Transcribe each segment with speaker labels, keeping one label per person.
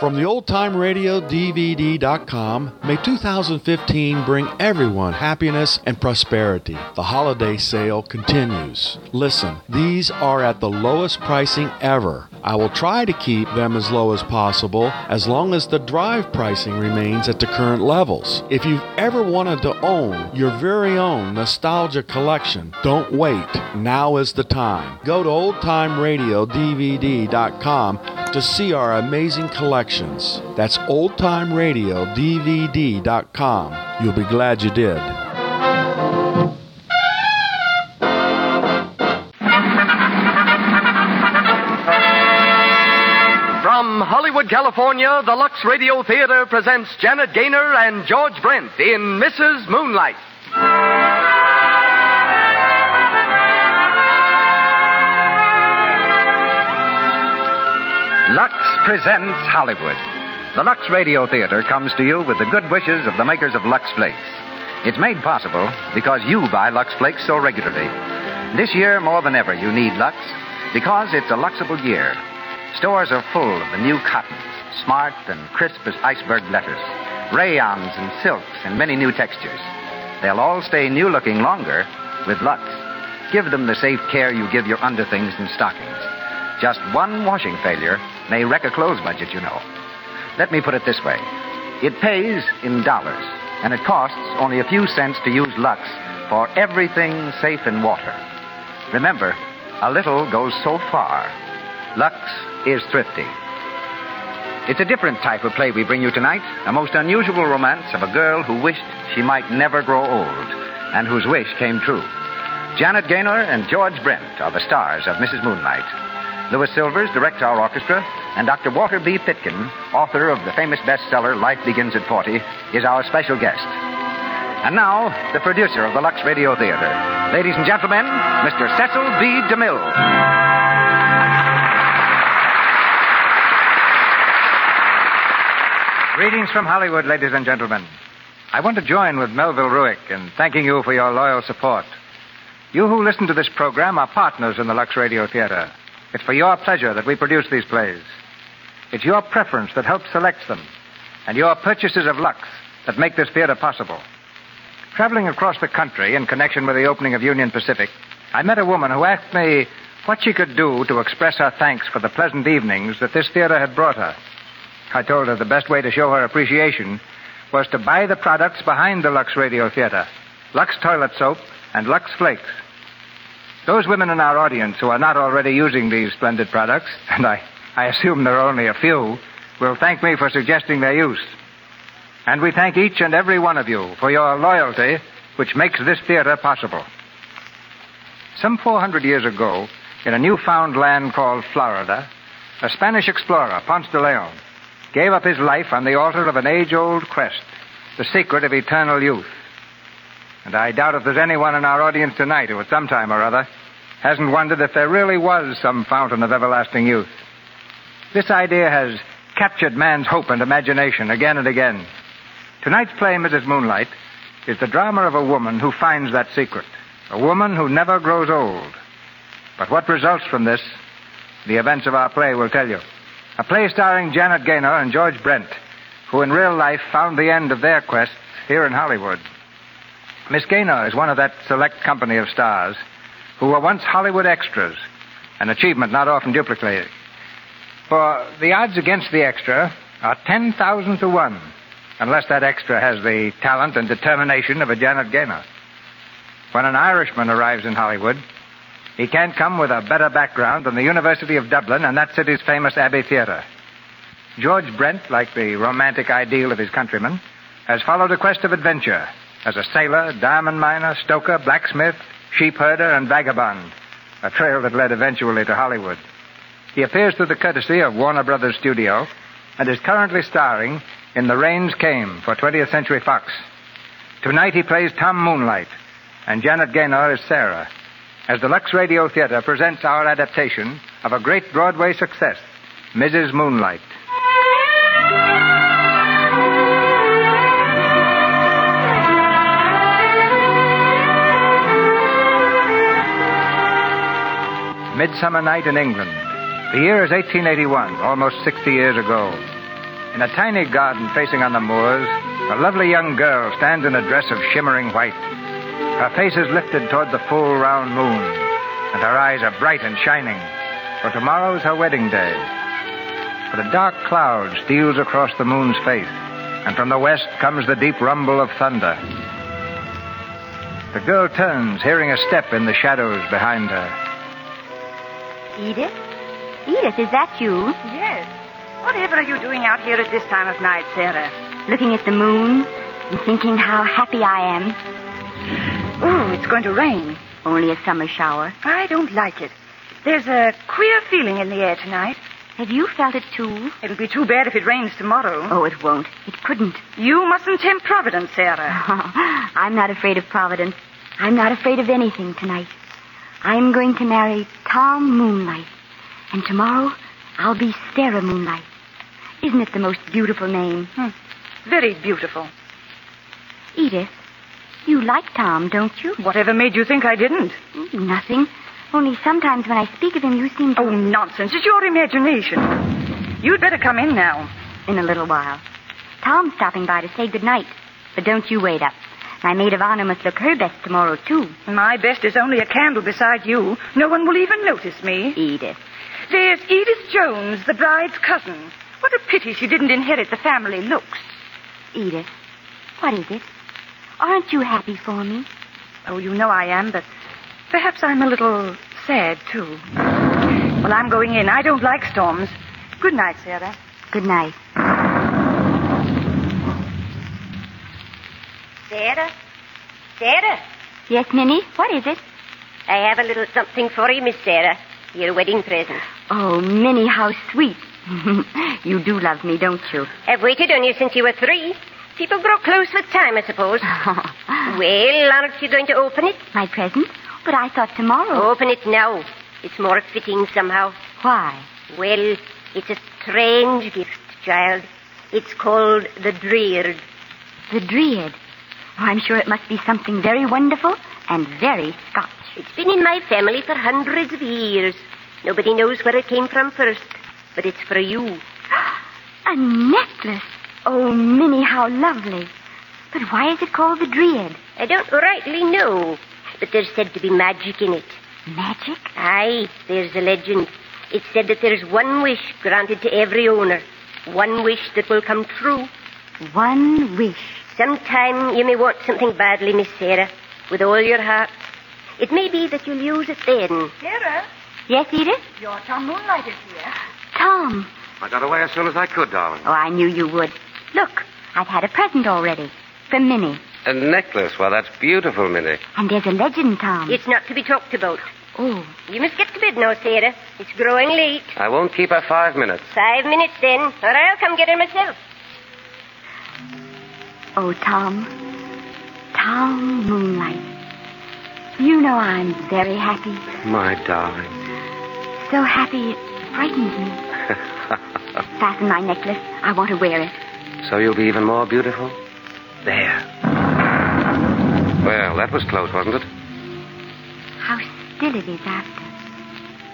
Speaker 1: From the oldtimeradiodvd.com, may 2015 bring everyone happiness and prosperity. The holiday sale continues. Listen, these are at the lowest pricing ever. I will try to keep them as low as possible as long as the drive pricing remains at the current levels. If you've ever wanted to own your very own nostalgia collection, don't wait. Now is the time. Go to oldtimeradiodvd.com to see our amazing collections. That's oldtimeradiodvd.com. You'll be glad you did.
Speaker 2: From Hollywood, California, the Lux Radio Theater presents Janet Gaynor and George Brent in Mrs. Moonlight.
Speaker 3: Lux presents Hollywood. The Lux Radio Theater comes to you with the good wishes of the makers of Lux Flakes. It's made possible because you buy Lux Flakes so regularly. This year, more than ever, you need Lux because it's a Luxable year. Stores are full of the new cotton, smart and crisp as iceberg letters, rayons and silks, and many new textures. They'll all stay new looking longer with Lux. Give them the safe care you give your underthings and stockings. Just one washing failure may wreck a clothes budget, you know. Let me put it this way it pays in dollars, and it costs only a few cents to use Lux for everything safe in water. Remember, a little goes so far. Lux is thrifty. It's a different type of play we bring you tonight a most unusual romance of a girl who wished she might never grow old, and whose wish came true. Janet Gaynor and George Brent are the stars of Mrs. Moonlight. Louis Silvers directs our orchestra, and Dr. Walter B. Pitkin, author of the famous bestseller Life Begins at 40, is our special guest. And now, the producer of the Lux Radio Theater. Ladies and gentlemen, Mr. Cecil B. DeMille. Greetings from Hollywood, ladies and gentlemen. I want to join with Melville Ruick in thanking you for your loyal support. You who listen to this program are partners in the Lux Radio Theater. It's for your pleasure that we produce these plays. It's your preference that helps select them, and your purchases of Lux that make this theater possible. Traveling across the country in connection with the opening of Union Pacific, I met a woman who asked me what she could do to express her thanks for the pleasant evenings that this theater had brought her. I told her the best way to show her appreciation was to buy the products behind the Lux Radio Theater Lux Toilet Soap and Lux Flakes. Those women in our audience who are not already using these splendid products, and I, I assume there are only a few, will thank me for suggesting their use. And we thank each and every one of you for your loyalty, which makes this theater possible. Some 400 years ago, in a newfound land called Florida, a Spanish explorer, Ponce de Leon, gave up his life on the altar of an age old quest, the secret of eternal youth. And I doubt if there's anyone in our audience tonight who, at some time or other, hasn't wondered if there really was some fountain of everlasting youth. This idea has captured man's hope and imagination again and again. Tonight's play, Mrs. Moonlight, is the drama of a woman who finds that secret, a woman who never grows old. But what results from this, the events of our play will tell you. A play starring Janet Gaynor and George Brent, who in real life found the end of their quest here in Hollywood. Miss Gaynor is one of that select company of stars who were once Hollywood extras, an achievement not often duplicated. For the odds against the extra are 10,000 to 1, unless that extra has the talent and determination of a Janet Gaynor. When an Irishman arrives in Hollywood, he can't come with a better background than the University of Dublin and that city's famous Abbey Theatre. George Brent, like the romantic ideal of his countrymen, has followed a quest of adventure as a sailor, diamond miner, stoker, blacksmith, sheep herder, and vagabond, a trail that led eventually to Hollywood. He appears through the courtesy of Warner Brothers Studio and is currently starring in The Rains Came for 20th Century Fox. Tonight he plays Tom Moonlight, and Janet Gaynor is Sarah, as the Lux Radio Theater presents our adaptation of a great Broadway success, Mrs. Moonlight. Midsummer Night in England. The year is 1881, almost 60 years ago. In a tiny garden facing on the moors, a lovely young girl stands in a dress of shimmering white. Her face is lifted toward the full round moon, and her eyes are bright and shining, for tomorrow's her wedding day. But a dark cloud steals across the moon's face, and from the west comes the deep rumble of thunder. The girl turns, hearing a step in the shadows behind her.
Speaker 4: Edith? Edith, is that you?
Speaker 5: Yes. Whatever are you doing out here at this time of night, Sarah?
Speaker 4: Looking at the moon and thinking how happy I am.
Speaker 5: Ooh, it's going to rain.
Speaker 4: Only a summer shower.
Speaker 5: I don't like it. There's a queer feeling in the air tonight.
Speaker 4: Have you felt it too?
Speaker 5: It'll be too bad if it rains tomorrow.
Speaker 4: Oh, it won't. It couldn't.
Speaker 5: You mustn't tempt Providence, Sarah.
Speaker 4: I'm not afraid of Providence. I'm not afraid of anything tonight. I'm going to marry Tom Moonlight. And tomorrow, I'll be Sarah Moonlight. Isn't it the most beautiful name?
Speaker 5: Hmm. Very beautiful.
Speaker 4: Edith, you like Tom, don't you? Mm,
Speaker 5: Whatever made you think I didn't?
Speaker 4: Nothing. Only sometimes when I speak of him, you seem to...
Speaker 5: Oh, nonsense. It's your imagination. You'd better come in now.
Speaker 4: in a little while. Tom's stopping by to say good night. But don't you wait up. My maid of honor must look her best tomorrow, too.
Speaker 5: My best is only a candle beside you. No one will even notice me.
Speaker 4: Edith.
Speaker 5: There's Edith Jones, the bride's cousin. What a pity she didn't inherit the family looks.
Speaker 4: Edith. What is it? Aren't you happy for me?
Speaker 5: Oh, you know I am, but perhaps I'm a little sad, too. Well, I'm going in. I don't like storms. Good night, Sarah.
Speaker 4: Good night.
Speaker 6: Sarah? Sarah?
Speaker 4: Yes, Minnie? What is it?
Speaker 6: I have a little something for you, Miss Sarah. Your wedding present.
Speaker 4: Oh, Minnie, how sweet. you do love me, don't you?
Speaker 6: I've waited on you since you were three. People grow close with time, I suppose. well, aren't you going to open it?
Speaker 4: My present? But I thought tomorrow.
Speaker 6: Open it now. It's more fitting somehow.
Speaker 4: Why?
Speaker 6: Well, it's a strange gift, child. It's called the Dreard.
Speaker 4: The Dread. Oh, I'm sure it must be something very wonderful and very Scotch.
Speaker 6: It's been in my family for hundreds of years. Nobody knows where it came from first, but it's for you.
Speaker 4: A necklace. Oh, Minnie, how lovely. But why is it called the Dread?
Speaker 6: I don't rightly know, but there's said to be magic in it.
Speaker 4: Magic?
Speaker 6: Aye, there's a legend. It's said that there's one wish granted to every owner, one wish that will come true.
Speaker 4: One wish.
Speaker 6: Sometime you may want something badly, Miss Sarah, with all your heart. It may be that you'll use it then.
Speaker 5: Sarah,
Speaker 4: Yes, Edith?
Speaker 5: your Tom Moonlight is here.
Speaker 4: Tom.
Speaker 7: I got away as soon as I could, darling.
Speaker 4: Oh, I knew you would. Look, I've had a present already. From Minnie.
Speaker 7: A necklace. Well, that's beautiful, Minnie.
Speaker 4: And there's a legend, Tom.
Speaker 6: It's not to be talked about.
Speaker 4: Oh,
Speaker 6: You must get to bed now, Sarah. It's growing late.
Speaker 7: I won't keep her five minutes.
Speaker 6: Five minutes then, or I'll come get her myself.
Speaker 4: oh, Tom. Tom Moonlight. You know I'm very happy.
Speaker 7: My darling.
Speaker 4: So happy it frightens me. Fasten my necklace. I want to wear it.
Speaker 7: so you'll be even more beautiful? There. Well, that was close, wasn't it?
Speaker 4: How still it is after.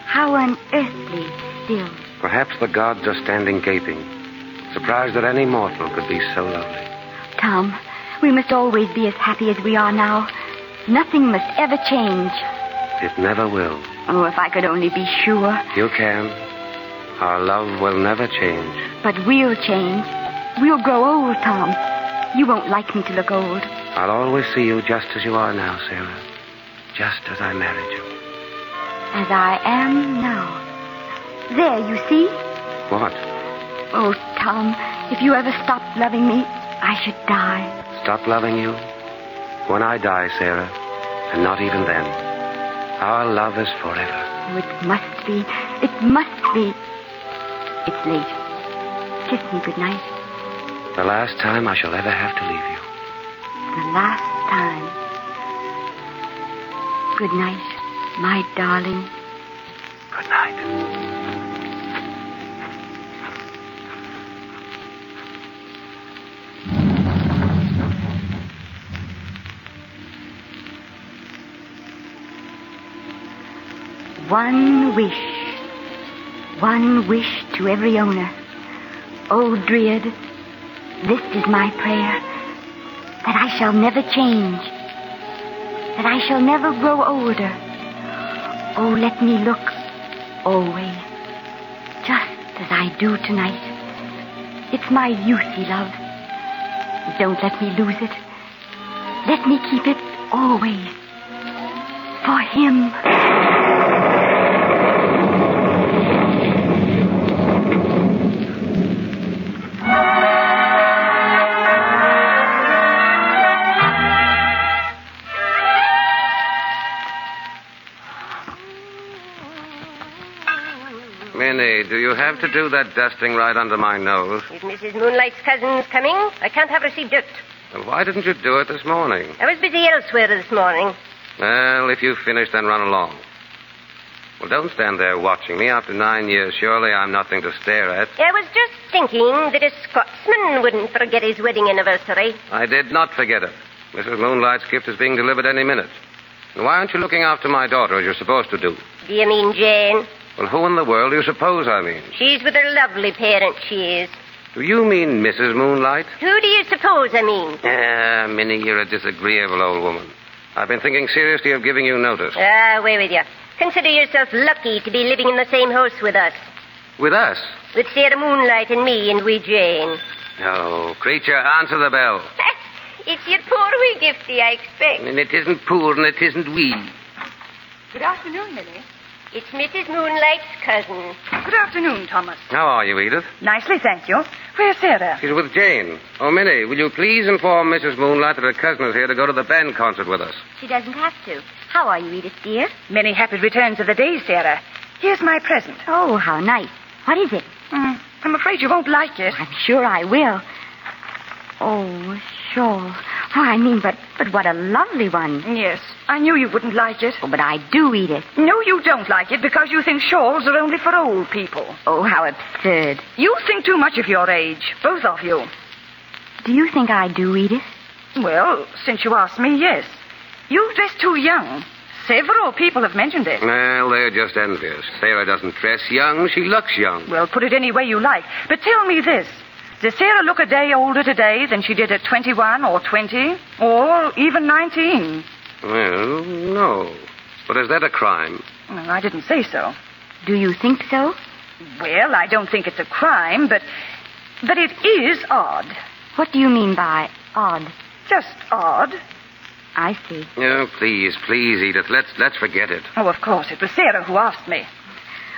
Speaker 4: How unearthly still.
Speaker 7: Perhaps the gods are standing gaping, surprised that any mortal could be so lovely.
Speaker 4: Tom, we must always be as happy as we are now. Nothing must ever change.
Speaker 7: It never will.
Speaker 4: Oh, if I could only be sure.
Speaker 7: You can. Our love will never change.
Speaker 4: But we'll change. We'll grow old, Tom. You won't like me to look old.
Speaker 7: I'll always see you just as you are now, Sarah. Just as I married you.
Speaker 4: As I am now. There, you see?
Speaker 7: What?
Speaker 4: Oh, Tom, if you ever stopped loving me, I should die.
Speaker 7: Stop loving you? When I die, Sarah, and not even then, our love is forever.
Speaker 4: Oh, it must be. It must be. It's late. Kiss me good night.
Speaker 7: The last time I shall ever have to leave you.
Speaker 4: the last time. Good night, my darling.
Speaker 7: Good night.
Speaker 4: One wish. One wish to every owner. O Dryad, this is my prayer that I shall never change, that I shall never grow older. Oh, let me look always, just as I do tonight. It's my youth he loved. Don't let me lose it. Let me keep it always. For him.
Speaker 7: Minnie, do you have to do that dusting right under my nose?
Speaker 6: Is Mrs. Moonlight's cousin coming? I can't have received it.
Speaker 7: Then why didn't you do it this morning?
Speaker 6: I was busy elsewhere this morning.
Speaker 7: Well, if you've finished, then run along. Well, don't stand there watching me. After nine years, surely I'm nothing to stare at.
Speaker 6: I was just thinking that a Scotsman wouldn't forget his wedding anniversary.
Speaker 7: I did not forget it. Mrs. Moonlight's gift is being delivered any minute. And why aren't you looking after my daughter as you're supposed to do?
Speaker 6: Do you mean Jane?
Speaker 7: Well, who in the world do you suppose I mean?
Speaker 6: She's with her lovely parent, she is.
Speaker 7: Do you mean Mrs. Moonlight?
Speaker 6: Who do you suppose I mean?
Speaker 7: Ah, Minnie, you're a disagreeable old woman. I've been thinking seriously of giving you notice.
Speaker 6: Ah, away with you. Consider yourself lucky to be living in the same house with us.
Speaker 7: With us?
Speaker 6: With Sarah Moonlight and me and wee Jane.
Speaker 7: No. Creature, answer the bell.
Speaker 6: it's your poor wee gifty, I expect.
Speaker 7: And it isn't poor and it isn't we.
Speaker 5: Good afternoon, Millie.
Speaker 6: It's Mrs. Moonlight's cousin.
Speaker 5: Good afternoon, Thomas.
Speaker 7: How are you, Edith?
Speaker 5: Nicely, thank you. Where's Sarah?
Speaker 7: She's with Jane. Oh, Minnie, will you please inform Mrs. Moonlight that her cousin is here to go to the band concert with us?
Speaker 4: She doesn't have to. How are you, Edith, dear?
Speaker 5: Many happy returns of the day, Sarah. Here's my present.
Speaker 4: Oh, how nice. What is it?
Speaker 5: Mm, I'm afraid you won't like it.
Speaker 4: I'm sure I will. Oh, a shawl. Oh, I mean, but, but what a lovely one.
Speaker 5: Yes, I knew you wouldn't like it.
Speaker 4: Oh, but I do, Edith.
Speaker 5: No, you don't like it because you think shawls are only for old people.
Speaker 4: Oh, how absurd.
Speaker 5: You think too much of your age, both of you.
Speaker 4: Do you think I do, Edith?
Speaker 5: Well, since you asked me, yes. You dress too young. Several people have mentioned it.
Speaker 7: Well, they're just envious. Sarah doesn't dress young, she looks young.
Speaker 5: Well, put it any way you like. But tell me this. Does Sarah look a day older today than she did at 21 or 20 or even 19?
Speaker 7: Well, no. But is that a crime?
Speaker 5: No, I didn't say so.
Speaker 4: Do you think so?
Speaker 5: Well, I don't think it's a crime, but but it is odd.
Speaker 4: What do you mean by odd?
Speaker 5: Just odd.
Speaker 4: I see.
Speaker 7: Oh, please, please, Edith, let's, let's forget it.
Speaker 5: Oh, of course, it was Sarah who asked me.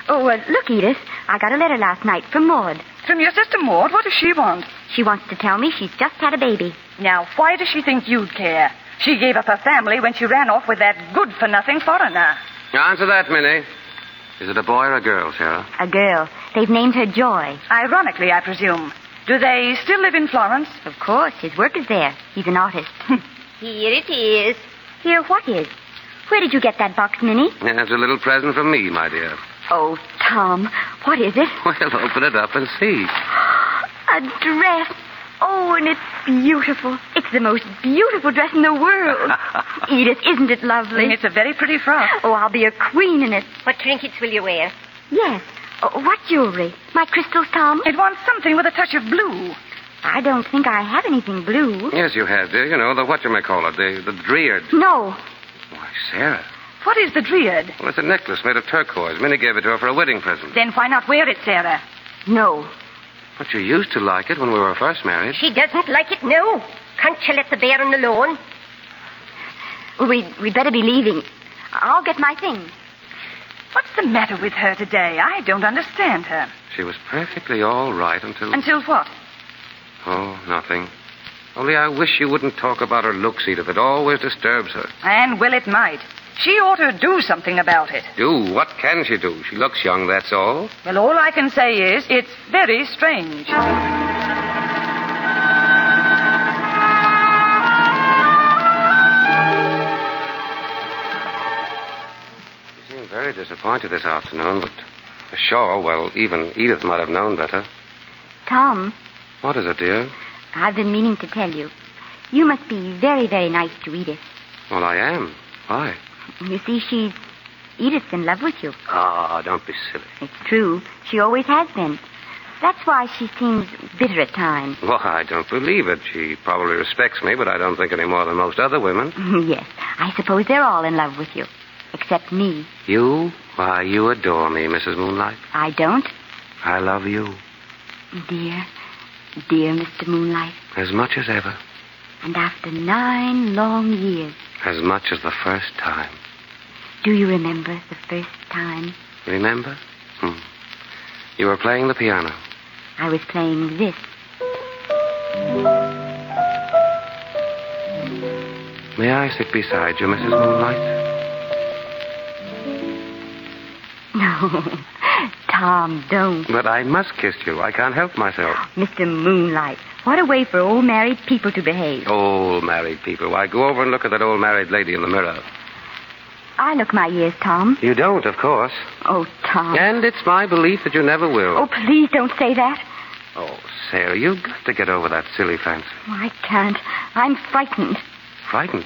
Speaker 4: Oh, uh, look, Edith. I got a letter last night from Maud.
Speaker 5: From your sister Maud, what does she want?
Speaker 4: She wants to tell me she's just had a baby.
Speaker 5: Now, why does she think you'd care? She gave up her family when she ran off with that good for nothing foreigner.
Speaker 7: Answer that, Minnie. Is it a boy or a girl, Sarah?
Speaker 4: A girl. They've named her Joy.
Speaker 5: Ironically, I presume. Do they still live in Florence?
Speaker 4: Of course, his work is there. He's an artist.
Speaker 6: Here it is.
Speaker 4: Here, what is? Where did you get that box, Minnie?
Speaker 7: And That's a little present from me, my dear.
Speaker 4: Oh, Tom, what is it?
Speaker 7: Well, open it up and see.
Speaker 4: A dress. Oh, and it's beautiful. It's the most beautiful dress in the world. Edith, isn't it lovely?
Speaker 5: It's a very pretty frock.
Speaker 4: Oh, I'll be a queen in it.
Speaker 6: What trinkets will you wear?
Speaker 4: Yes. Oh, what jewelry? My crystals, Tom?
Speaker 5: It wants something with a touch of blue.
Speaker 4: I don't think I have anything blue.
Speaker 7: Yes, you have, dear. You know, the whatchamacallit, the, the dreared.
Speaker 4: No.
Speaker 7: Why, Sarah.
Speaker 5: What is the dread?
Speaker 7: Well, it's a necklace made of turquoise. Minnie gave it to her for a wedding present.
Speaker 5: Then why not wear it, Sarah?
Speaker 4: No.
Speaker 7: But you used to like it when we were first married.
Speaker 6: She doesn't like it, no. Can't you let the bairn alone?
Speaker 4: We, we'd better be leaving. I'll get my things.
Speaker 5: What's the matter with her today? I don't understand her.
Speaker 7: She was perfectly all right until.
Speaker 5: Until what?
Speaker 7: Oh, nothing. Only I wish you wouldn't talk about her looks, Edith. It always disturbs her.
Speaker 5: And well, it might. She ought to do something about it.
Speaker 7: Do? What can she do? She looks young, that's all.
Speaker 5: Well, all I can say is it's very strange.
Speaker 7: You seem Hmm, very disappointed this afternoon, but sure, well, even Edith might have known better.
Speaker 4: Tom,
Speaker 7: What is it, dear?
Speaker 4: I've been meaning to tell you. You must be very, very nice to Edith.
Speaker 7: Well, I am. Why?
Speaker 4: You see, she's. Edith's in love with you.
Speaker 7: Ah, don't be silly.
Speaker 4: It's true. She always has been. That's why she seems bitter at times.
Speaker 7: Well, I don't believe it. She probably respects me, but I don't think any more than most other women.
Speaker 4: yes, I suppose they're all in love with you. Except me.
Speaker 7: You? Why, you adore me, Mrs. Moonlight.
Speaker 4: I don't.
Speaker 7: I love you
Speaker 4: Dear, dear Mr. Moonlight.
Speaker 7: as much as ever,
Speaker 4: And after nine long years,
Speaker 7: as much as the first time.
Speaker 4: do you remember the first time
Speaker 7: Remember? Hmm. You were playing the piano.
Speaker 4: I was playing this?
Speaker 7: May I sit beside you, Mrs. Moonlight?
Speaker 4: No. Tom, don't.
Speaker 7: But I must kiss you. I can't help myself.
Speaker 4: Mr. Moonlight, what a way for old married people to behave.
Speaker 7: Old married people. Why, go over and look at that old married lady in the mirror.
Speaker 4: I look my years, Tom.
Speaker 7: You don't, of course.
Speaker 4: Oh, Tom.
Speaker 7: And it's my belief that you never will.
Speaker 4: Oh, please don't say that.
Speaker 7: Oh, Sarah, you've got to get over that silly fancy.
Speaker 4: Oh, I can't. I'm frightened.
Speaker 7: Frightened.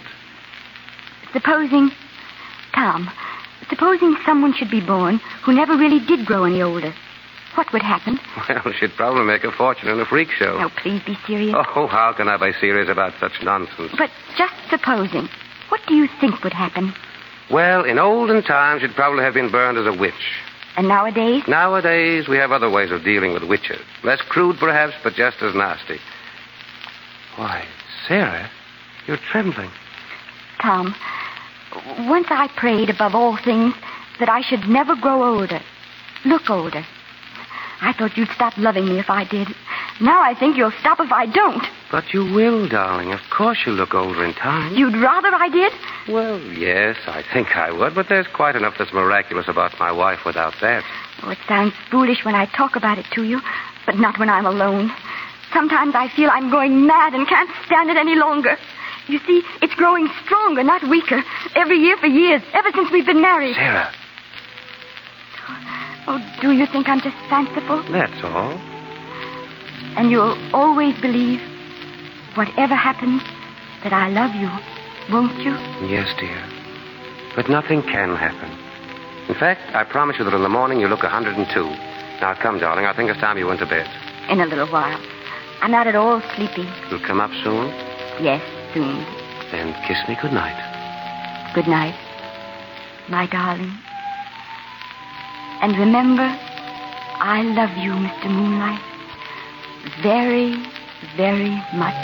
Speaker 4: Supposing, Tom, supposing someone should be born who never really did grow any older. What would happen?
Speaker 7: Well, she'd probably make a fortune in a freak show.
Speaker 4: Now, please be serious.
Speaker 7: Oh, how can I be serious about such nonsense?
Speaker 4: But just supposing, what do you think would happen?
Speaker 7: Well, in olden times, she'd probably have been burned as a witch.
Speaker 4: And nowadays,
Speaker 7: Nowadays, we have other ways of dealing with witches. Less crude, perhaps, but just as nasty. Why, Sarah, you're trembling.
Speaker 4: Tom, once I prayed above all things that I should never grow older, look older. I thought you'd stop loving me if I did. Now I think you'll stop if I don't.
Speaker 7: But you will, darling. Of course you'll look older in time.
Speaker 4: You'd rather I did?
Speaker 7: Well, yes, I think I would, but there's quite enough that's miraculous about my wife without that.
Speaker 4: Oh, it sounds foolish when I talk about it to you, but not when I'm alone. Sometimes I feel I'm going mad and can't stand it any longer. You see, it's growing stronger, not weaker, every year for years, ever since we've been married.
Speaker 7: Sarah,
Speaker 4: Oh, do you think I'm just fanciful?
Speaker 7: that's all.
Speaker 4: And you'll always believe, whatever happens, that I love you, won't you?
Speaker 7: Yes, dear. But nothing can happen. In fact, I promise you that in the morning you look 102. Now, come, darling. I think it's time you went to bed.
Speaker 4: In a little while. I'm not at all sleepy.
Speaker 7: You'll come up soon,
Speaker 4: Yes, soon.
Speaker 7: and kiss me good night.
Speaker 4: Good night, my darling. And remember, I love you, Mr. Moonlight, very, very much.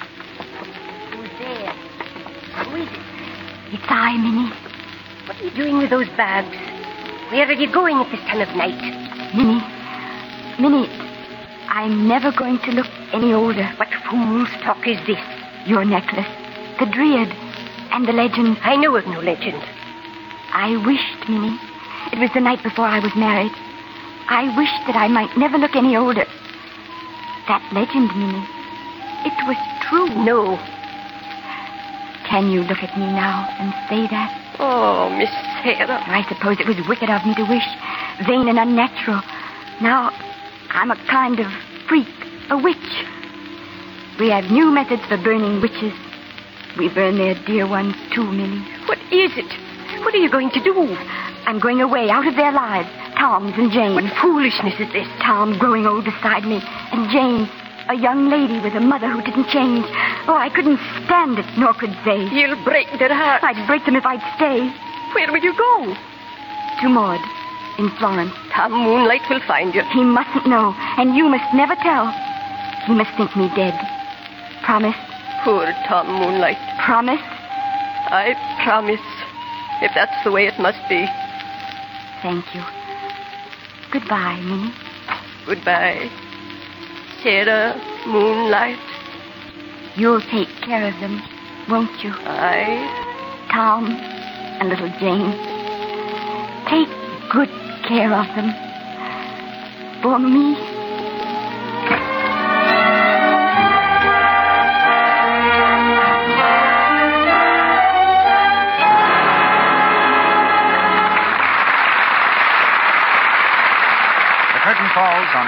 Speaker 6: Who's there? Who is it?
Speaker 4: It's I, Minnie.
Speaker 6: What are you doing with those bags? Where are you going at this time of night?
Speaker 4: Minnie. Minnie, I'm never going to look any older.
Speaker 6: What fool's talk is this?
Speaker 4: Your necklace, the dread, and the legend.
Speaker 6: I know of no legend.
Speaker 4: I wished, Minnie. It was the night before I was married. I wished that I might never look any older. That legend, Minnie. It was true.
Speaker 6: No.
Speaker 4: Can you look at me now and say that?
Speaker 6: Oh, Miss Sarah.
Speaker 4: I suppose it was wicked of me to wish, vain and unnatural. Now, I'm a kind of freak, a witch. We have new methods for burning witches. We burn their dear ones too, Minnie.
Speaker 6: What is it? What are you going to do?
Speaker 4: I'm going away, out of their lives. Tom's and Jane's.
Speaker 6: What foolishness is this?
Speaker 4: Tom growing old beside me, and Jane, a young lady with a mother who didn't change. Oh, I couldn't stand it, nor could they.
Speaker 6: You'll break their heart.
Speaker 4: I'd break them if I'd stay.
Speaker 6: Where will you go?
Speaker 4: To Maud, in Florence.
Speaker 6: Tom Moonlight will find you.
Speaker 4: He mustn't know, and you must never tell. He must think me dead. Promise,
Speaker 6: Poor Tom Moonlight.
Speaker 4: promise.
Speaker 6: I promise. If that's the way it must be.
Speaker 4: Thank you. Goodbye, Minnie.
Speaker 6: Goodbye. Sarah Moonlight.
Speaker 4: You'll take care of them, won't you?
Speaker 6: I.
Speaker 4: Tom and little Jane. Take good care of them. For me.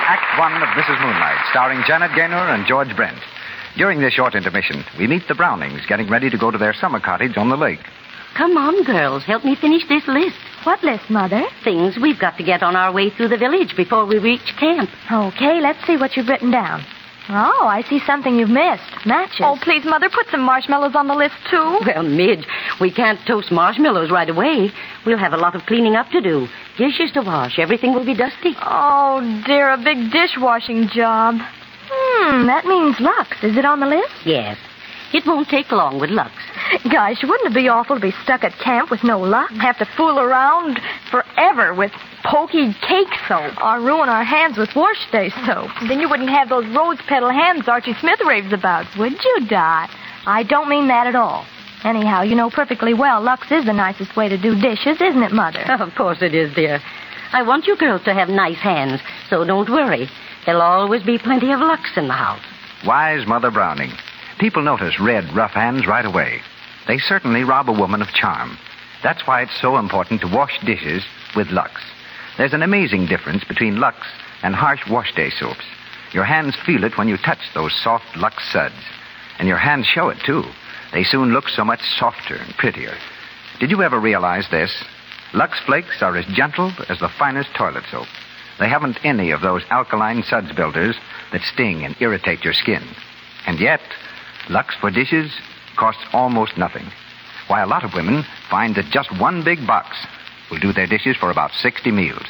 Speaker 3: Act One of Mrs. Moonlight, starring Janet Gaynor and George Brent. During this short intermission, we meet the Brownings getting ready to go to their summer cottage on the lake.
Speaker 8: Come on, girls. Help me finish this list.
Speaker 9: What list, Mother?
Speaker 8: Things we've got to get on our way through the village before we reach camp.
Speaker 9: Okay, let's see what you've written down. Oh, I see something you've missed. Matches.
Speaker 10: Oh, please, Mother, put some marshmallows on the list, too.
Speaker 8: Well, Midge, we can't toast marshmallows right away. We'll have a lot of cleaning up to do. Dishes to wash. Everything will be dusty.
Speaker 10: Oh, dear, a big dishwashing job.
Speaker 9: Hmm, that means Lux. Is it on the list?
Speaker 8: Yes. It won't take long with Lux.
Speaker 9: Gosh, wouldn't it be awful to be stuck at camp with no luck?
Speaker 10: Have to fool around forever with pokey cake soap. Or ruin our hands with wash day soap. Then you wouldn't have those rose petal hands Archie Smith raves about, would you, Dot?
Speaker 9: I don't mean that at all. Anyhow, you know perfectly well Lux is the nicest way to do dishes, isn't it, Mother?
Speaker 8: Of course it is, dear. I want you girls to have nice hands, so don't worry. There'll always be plenty of Lux in the house.
Speaker 3: Wise Mother Browning. People notice red, rough hands right away. They certainly rob a woman of charm. That's why it's so important to wash dishes with Lux. There's an amazing difference between Lux and harsh wash day soaps. Your hands feel it when you touch those soft Lux suds. And your hands show it, too. They soon look so much softer and prettier. Did you ever realize this? Lux flakes are as gentle as the finest toilet soap. They haven't any of those alkaline suds builders that sting and irritate your skin. And yet, Lux for dishes costs almost nothing. Why, a lot of women find that just one big box will do their dishes for about 60 meals.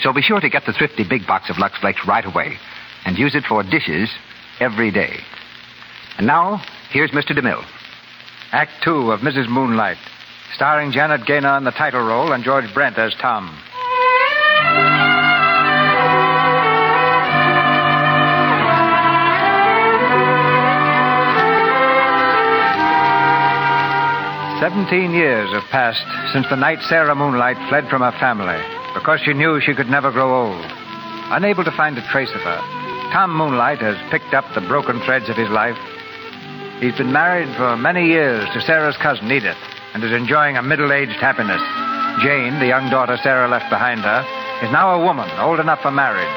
Speaker 3: So be sure to get the thrifty big box of Lux Flakes right away and use it for dishes every day. And now, here's Mr. DeMille. Act Two of Mrs. Moonlight, starring Janet Gaynor in the title role and George Brent as Tom. Seventeen years have passed since the night Sarah Moonlight fled from her family because she knew she could never grow old. Unable to find a trace of her, Tom Moonlight has picked up the broken threads of his life. He's been married for many years to Sarah's cousin, Edith, and is enjoying a middle aged happiness. Jane, the young daughter Sarah left behind her, is now a woman old enough for marriage.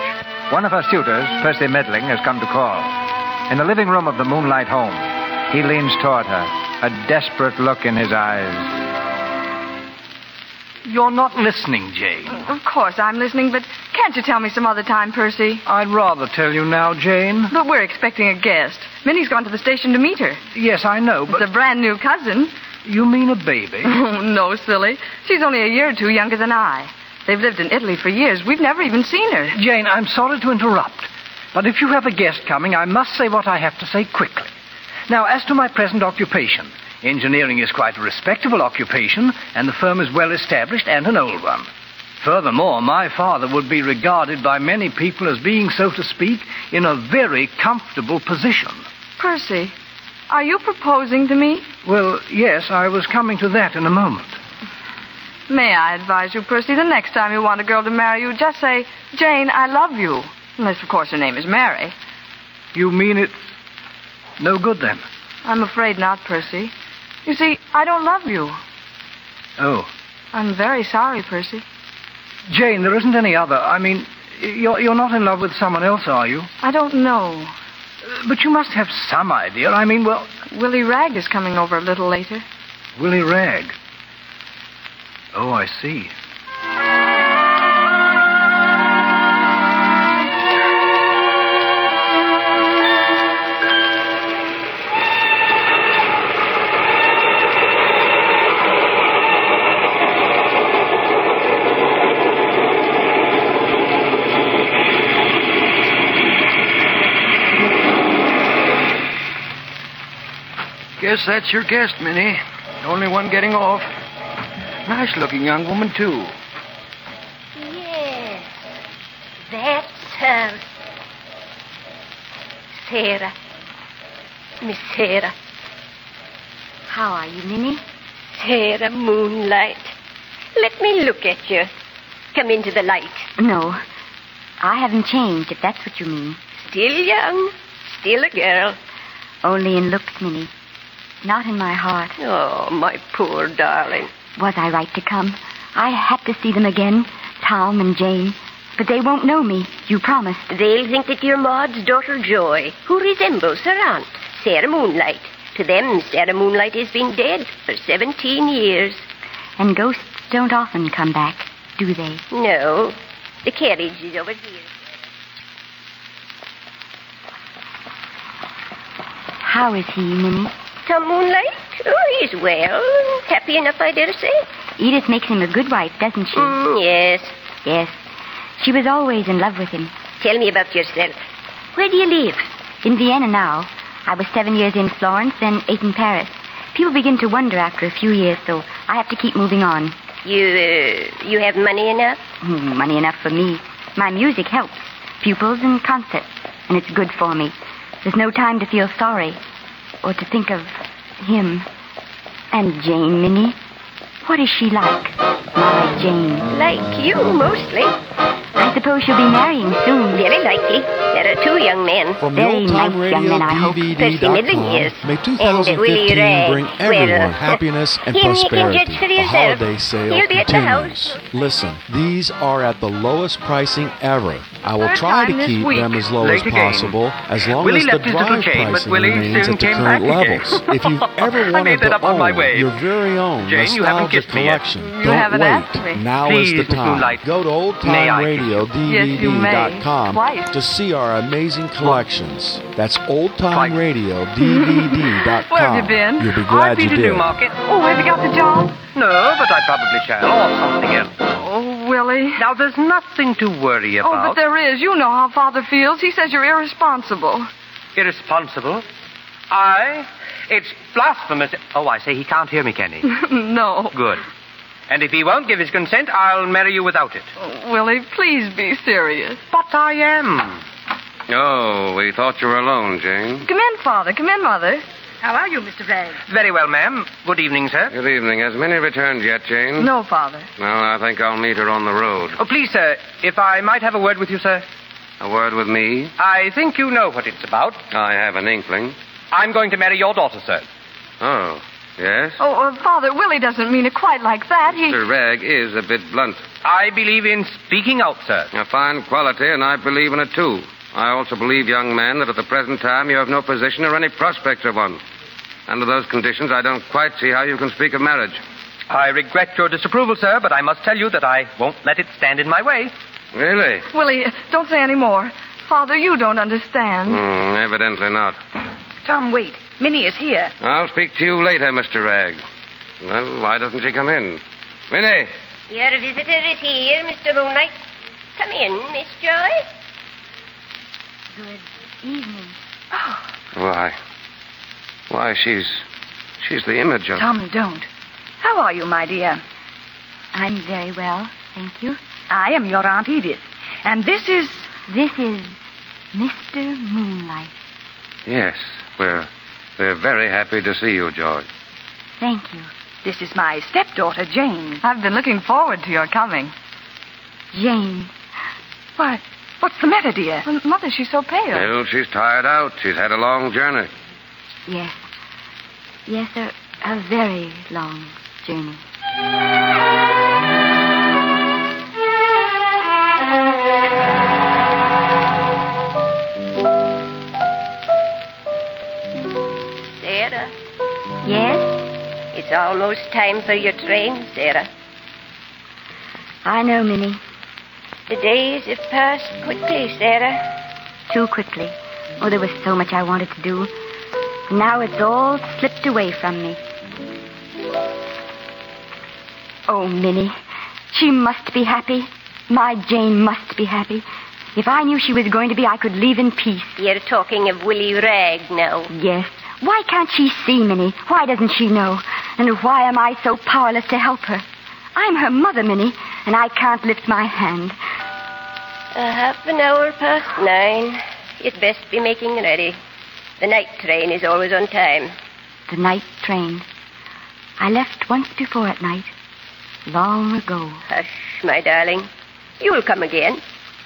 Speaker 3: One of her suitors, Percy Medling, has come to call. In the living room of the Moonlight home, he leans toward her, a desperate look in his eyes.
Speaker 11: You're not listening, Jane.
Speaker 10: Of course I'm listening, but can't you tell me some other time, Percy?
Speaker 11: I'd rather tell you now, Jane.
Speaker 10: But we're expecting a guest. Minnie's gone to the station to meet her.
Speaker 11: Yes, I know, but.
Speaker 10: It's a brand new cousin.
Speaker 11: You mean a baby?
Speaker 10: Oh, no, silly. She's only a year or two younger than I. They've lived in Italy for years. We've never even seen her.
Speaker 11: Jane, I'm sorry to interrupt, but if you have a guest coming, I must say what I have to say quickly. Now, as to my present occupation, engineering is quite a respectable occupation, and the firm is well established and an old one. Furthermore, my father would be regarded by many people as being, so to speak, in a very comfortable position.
Speaker 10: Percy, are you proposing to me?
Speaker 11: Well, yes, I was coming to that in a moment.
Speaker 10: May I advise you, Percy, the next time you want a girl to marry you, just say, Jane, I love you. Unless, of course, her name is Mary.
Speaker 11: You mean it no good then?
Speaker 10: I'm afraid not, Percy. You see, I don't love you.
Speaker 11: Oh.
Speaker 10: I'm very sorry, Percy.
Speaker 11: Jane, there isn't any other. I mean, you're, you're not in love with someone else, are you?
Speaker 10: I don't know.
Speaker 11: But you must have some idea. I mean, well.
Speaker 10: Willie Ragg is coming over a little later.
Speaker 11: Willie Ragg. Oh, I see.
Speaker 12: Guess that's your guest, Minnie. The only one getting off. Nice looking young woman, too.
Speaker 6: Yes. That's her. Sarah. Miss Sarah.
Speaker 4: How are you, Minnie?
Speaker 6: Sarah Moonlight. Let me look at you. Come into the light.
Speaker 4: No. I haven't changed, if that's what you mean.
Speaker 6: Still young. Still a girl.
Speaker 4: Only in looks, Minnie. Not in my heart.
Speaker 6: Oh, my poor darling.
Speaker 4: Was I right to come? I had to see them again, Tom and Jane. But they won't know me. You promised.
Speaker 6: They'll think that you're Maud's daughter Joy, who resembles her aunt, Sarah Moonlight. To them, Sarah Moonlight has been dead for 17 years.
Speaker 4: And ghosts don't often come back, do they?
Speaker 6: No, the carriage is over here.
Speaker 4: How is he, Minnie?
Speaker 6: Tom Moonlight? Oh, he's well and happy enough, I dare say.
Speaker 4: Edith makes him a good wife, doesn't she?
Speaker 6: Mm, yes.
Speaker 4: Yes. She was always in love with him.
Speaker 6: Tell me about yourself. Where do you live?
Speaker 4: In Vienna now. I was seven years in Florence, then eight in Paris. People begin to wonder after a few years, so I have to keep moving on.
Speaker 6: You uh, you have money enough?
Speaker 4: Hmm, Money enough for me. My music helps. Pupils and concerts. And it's good for me. There's no time to feel sorry or to think of him. And Jane, Minnie. What is she like? My Jane.
Speaker 6: Like you, mostly.
Speaker 4: I suppose she'll be marrying soon.
Speaker 6: Very likely. There are two young men.
Speaker 1: From
Speaker 4: Very nice young men, I hope.
Speaker 6: Percy Midling is.
Speaker 1: oldtimeradio.dvd.com, may
Speaker 6: And Willie
Speaker 1: 2015
Speaker 6: Ray.
Speaker 1: bring
Speaker 6: Well,
Speaker 1: everyone happiness and
Speaker 6: him you can
Speaker 1: prosperity.
Speaker 6: judge for
Speaker 1: The
Speaker 6: yourself.
Speaker 1: holiday sale
Speaker 6: He'll be at the
Speaker 1: continues. Listen, these are at the lowest pricing ever. I will
Speaker 13: Third
Speaker 1: try
Speaker 13: time
Speaker 1: to
Speaker 13: this
Speaker 1: keep
Speaker 13: week.
Speaker 1: them as low
Speaker 13: Late
Speaker 1: as
Speaker 13: again.
Speaker 1: possible, as long
Speaker 13: Willie
Speaker 1: as the
Speaker 13: left his little
Speaker 1: drive
Speaker 13: cage, but
Speaker 1: pricing
Speaker 13: Willie
Speaker 1: remains
Speaker 13: soon
Speaker 1: at the
Speaker 13: came
Speaker 1: current
Speaker 13: back again.
Speaker 1: levels. if you've ever
Speaker 13: I
Speaker 1: wanted
Speaker 13: made that
Speaker 1: to
Speaker 13: up on my
Speaker 1: own
Speaker 13: way.
Speaker 1: your very own
Speaker 13: Jane, you haven't
Speaker 1: nostalgia
Speaker 13: kissed me yet.
Speaker 1: collection,
Speaker 13: You
Speaker 1: don't
Speaker 13: haven't
Speaker 1: wait.
Speaker 13: asked me.
Speaker 1: Now
Speaker 13: Please,
Speaker 1: is the
Speaker 13: Miss
Speaker 1: time.
Speaker 13: Moonlight.
Speaker 1: Go to
Speaker 13: May I kiss you? Yes, you may.
Speaker 1: oldtimeradio.dvd.com
Speaker 13: Twice.
Speaker 1: to see our amazing collections. That's oldtimeradiodvd.com.
Speaker 13: Where have you been?
Speaker 1: You'll be glad you did.
Speaker 13: Newmarket.
Speaker 10: Oh, have you got the job?
Speaker 14: No, but I probably shall, or something else.
Speaker 10: Oh, Willie.
Speaker 14: Now, there's nothing to worry
Speaker 10: Oh,
Speaker 14: about.
Speaker 10: but there is. You know how Father feels. He says you're irresponsible.
Speaker 14: Irresponsible? I? It's blasphemous. Oh, I say he can't hear me, can he?
Speaker 10: no.
Speaker 14: Good. And if he won't give his consent, I'll marry you without it.
Speaker 10: Oh, Willie, please be serious.
Speaker 14: But I am.
Speaker 7: Oh, we thought you were alone, Jane.
Speaker 10: Come in, Father. Come in, Mother. How are you, Mr. Bragg?
Speaker 14: Very well, ma'am. Good evening, sir.
Speaker 7: Good evening. Has Minnie returned yet, Jane?
Speaker 10: No, Father.
Speaker 7: Well, I think I'll meet her on the road.
Speaker 14: Oh, please, sir, if I might have a word with you, sir.
Speaker 7: A word with me?
Speaker 14: I think you know what it's about.
Speaker 7: I have an inkling.
Speaker 14: I'm going to marry your daughter, sir.
Speaker 7: Oh, yes?
Speaker 10: Oh, uh, Father, Willie doesn't mean it quite like that. He.
Speaker 7: Mr. Rag is a bit blunt.
Speaker 14: I believe in speaking out, sir.
Speaker 7: A fine quality, and I believe in it, too. I also believe, young man, that at the present time you have no position or any prospect of one. Under those conditions, I don't quite see how you can speak of marriage.
Speaker 14: I regret your disapproval, sir, but I must tell you that I won't let it stand in my way.
Speaker 7: Really?
Speaker 10: Willie, don't say any more. Father, you don't understand.
Speaker 7: Hmm, evidently not.
Speaker 10: Tom, wait. Minnie is here.
Speaker 7: I'll speak to you later, Mr. Rag. Well, why doesn't she come in? Minnie!
Speaker 6: Your visitor is here, Mr. Moonlight. Come in, Miss Joy.
Speaker 4: Good evening.
Speaker 7: Why? Why, she's. She's the image of.
Speaker 10: Tom, don't. How are you, my dear?
Speaker 4: I'm very well, thank you.
Speaker 10: I am your Aunt Edith. And this is.
Speaker 4: This is Mr. Moonlight.
Speaker 7: Yes, we're. We're very happy to see you, George.
Speaker 4: Thank you.
Speaker 10: This is my stepdaughter, Jane. I've been looking forward to your coming.
Speaker 4: Jane.
Speaker 10: What? What's the matter, dear? Mother, she's so pale.
Speaker 7: Well, she's tired out. She's had a long journey.
Speaker 4: Yes. Yes, a, a very long journey.
Speaker 6: Sarah,
Speaker 4: Yes,
Speaker 6: it's almost time for your train, Sarah.
Speaker 4: I know, Minnie.
Speaker 6: The days have passed quickly, Sarah.
Speaker 4: Too quickly. Oh, there was so much I wanted to do. Now it's all slipped away from me. Oh, Minnie. She must be happy. My Jane must be happy. If I knew she was going to be, I could leave in peace.
Speaker 6: You're talking of Willie Rag now.
Speaker 4: Yes. Why can't she see Minnie? Why doesn't she know? And why am I so powerless to help her? I'm her mother, Minnie, and I can't lift my hand.
Speaker 6: A half an hour past nine. You'd best be making ready. The night train is always on time.
Speaker 4: The night train. I left once before at night. Long ago.
Speaker 6: Hush, my darling. You'll come again,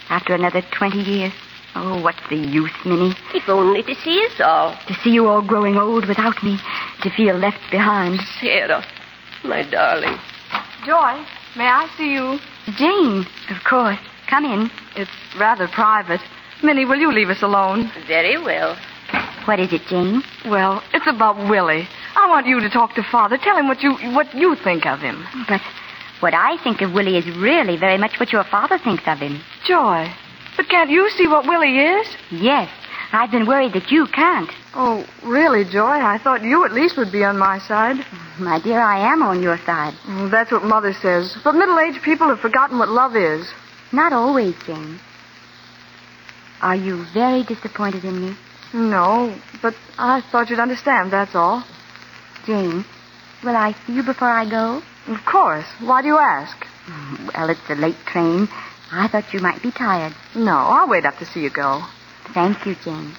Speaker 4: After another 20 years. Oh, what's the use, Minnie?
Speaker 6: if only to see us all.
Speaker 4: To see you all growing old without me. To feel left behind.
Speaker 6: Sarah, my darling.
Speaker 10: Joy, may I see you?
Speaker 4: Jane, of course. Come in.
Speaker 10: It's rather private. Minnie, will you leave us alone?
Speaker 6: Very well.
Speaker 4: What is it, Jane?
Speaker 10: Well, it's about Willie. I want you to talk to Father. Tell him what you what you think of him.
Speaker 4: But what I think of Willie is really very much what your father thinks of him.
Speaker 10: Joy. But can't you see what Willie is?
Speaker 4: Yes. I've been worried that you can't.
Speaker 10: Oh, really, Joy? I thought you at least would be on my side. Mm,
Speaker 4: My dear, I am on your side.
Speaker 10: That's what Mother says. But middle aged people have forgotten what love is.
Speaker 4: Not always, Jane. Are you very disappointed in me?
Speaker 10: No, but I thought you'd understand, that's all.
Speaker 4: Jane, will I see you before I go?
Speaker 10: Of course. Why do you ask?
Speaker 4: Well, it's a late train. I thought you might be tired.
Speaker 10: No, I'll wait up to see you go.
Speaker 4: Thank you, Jane.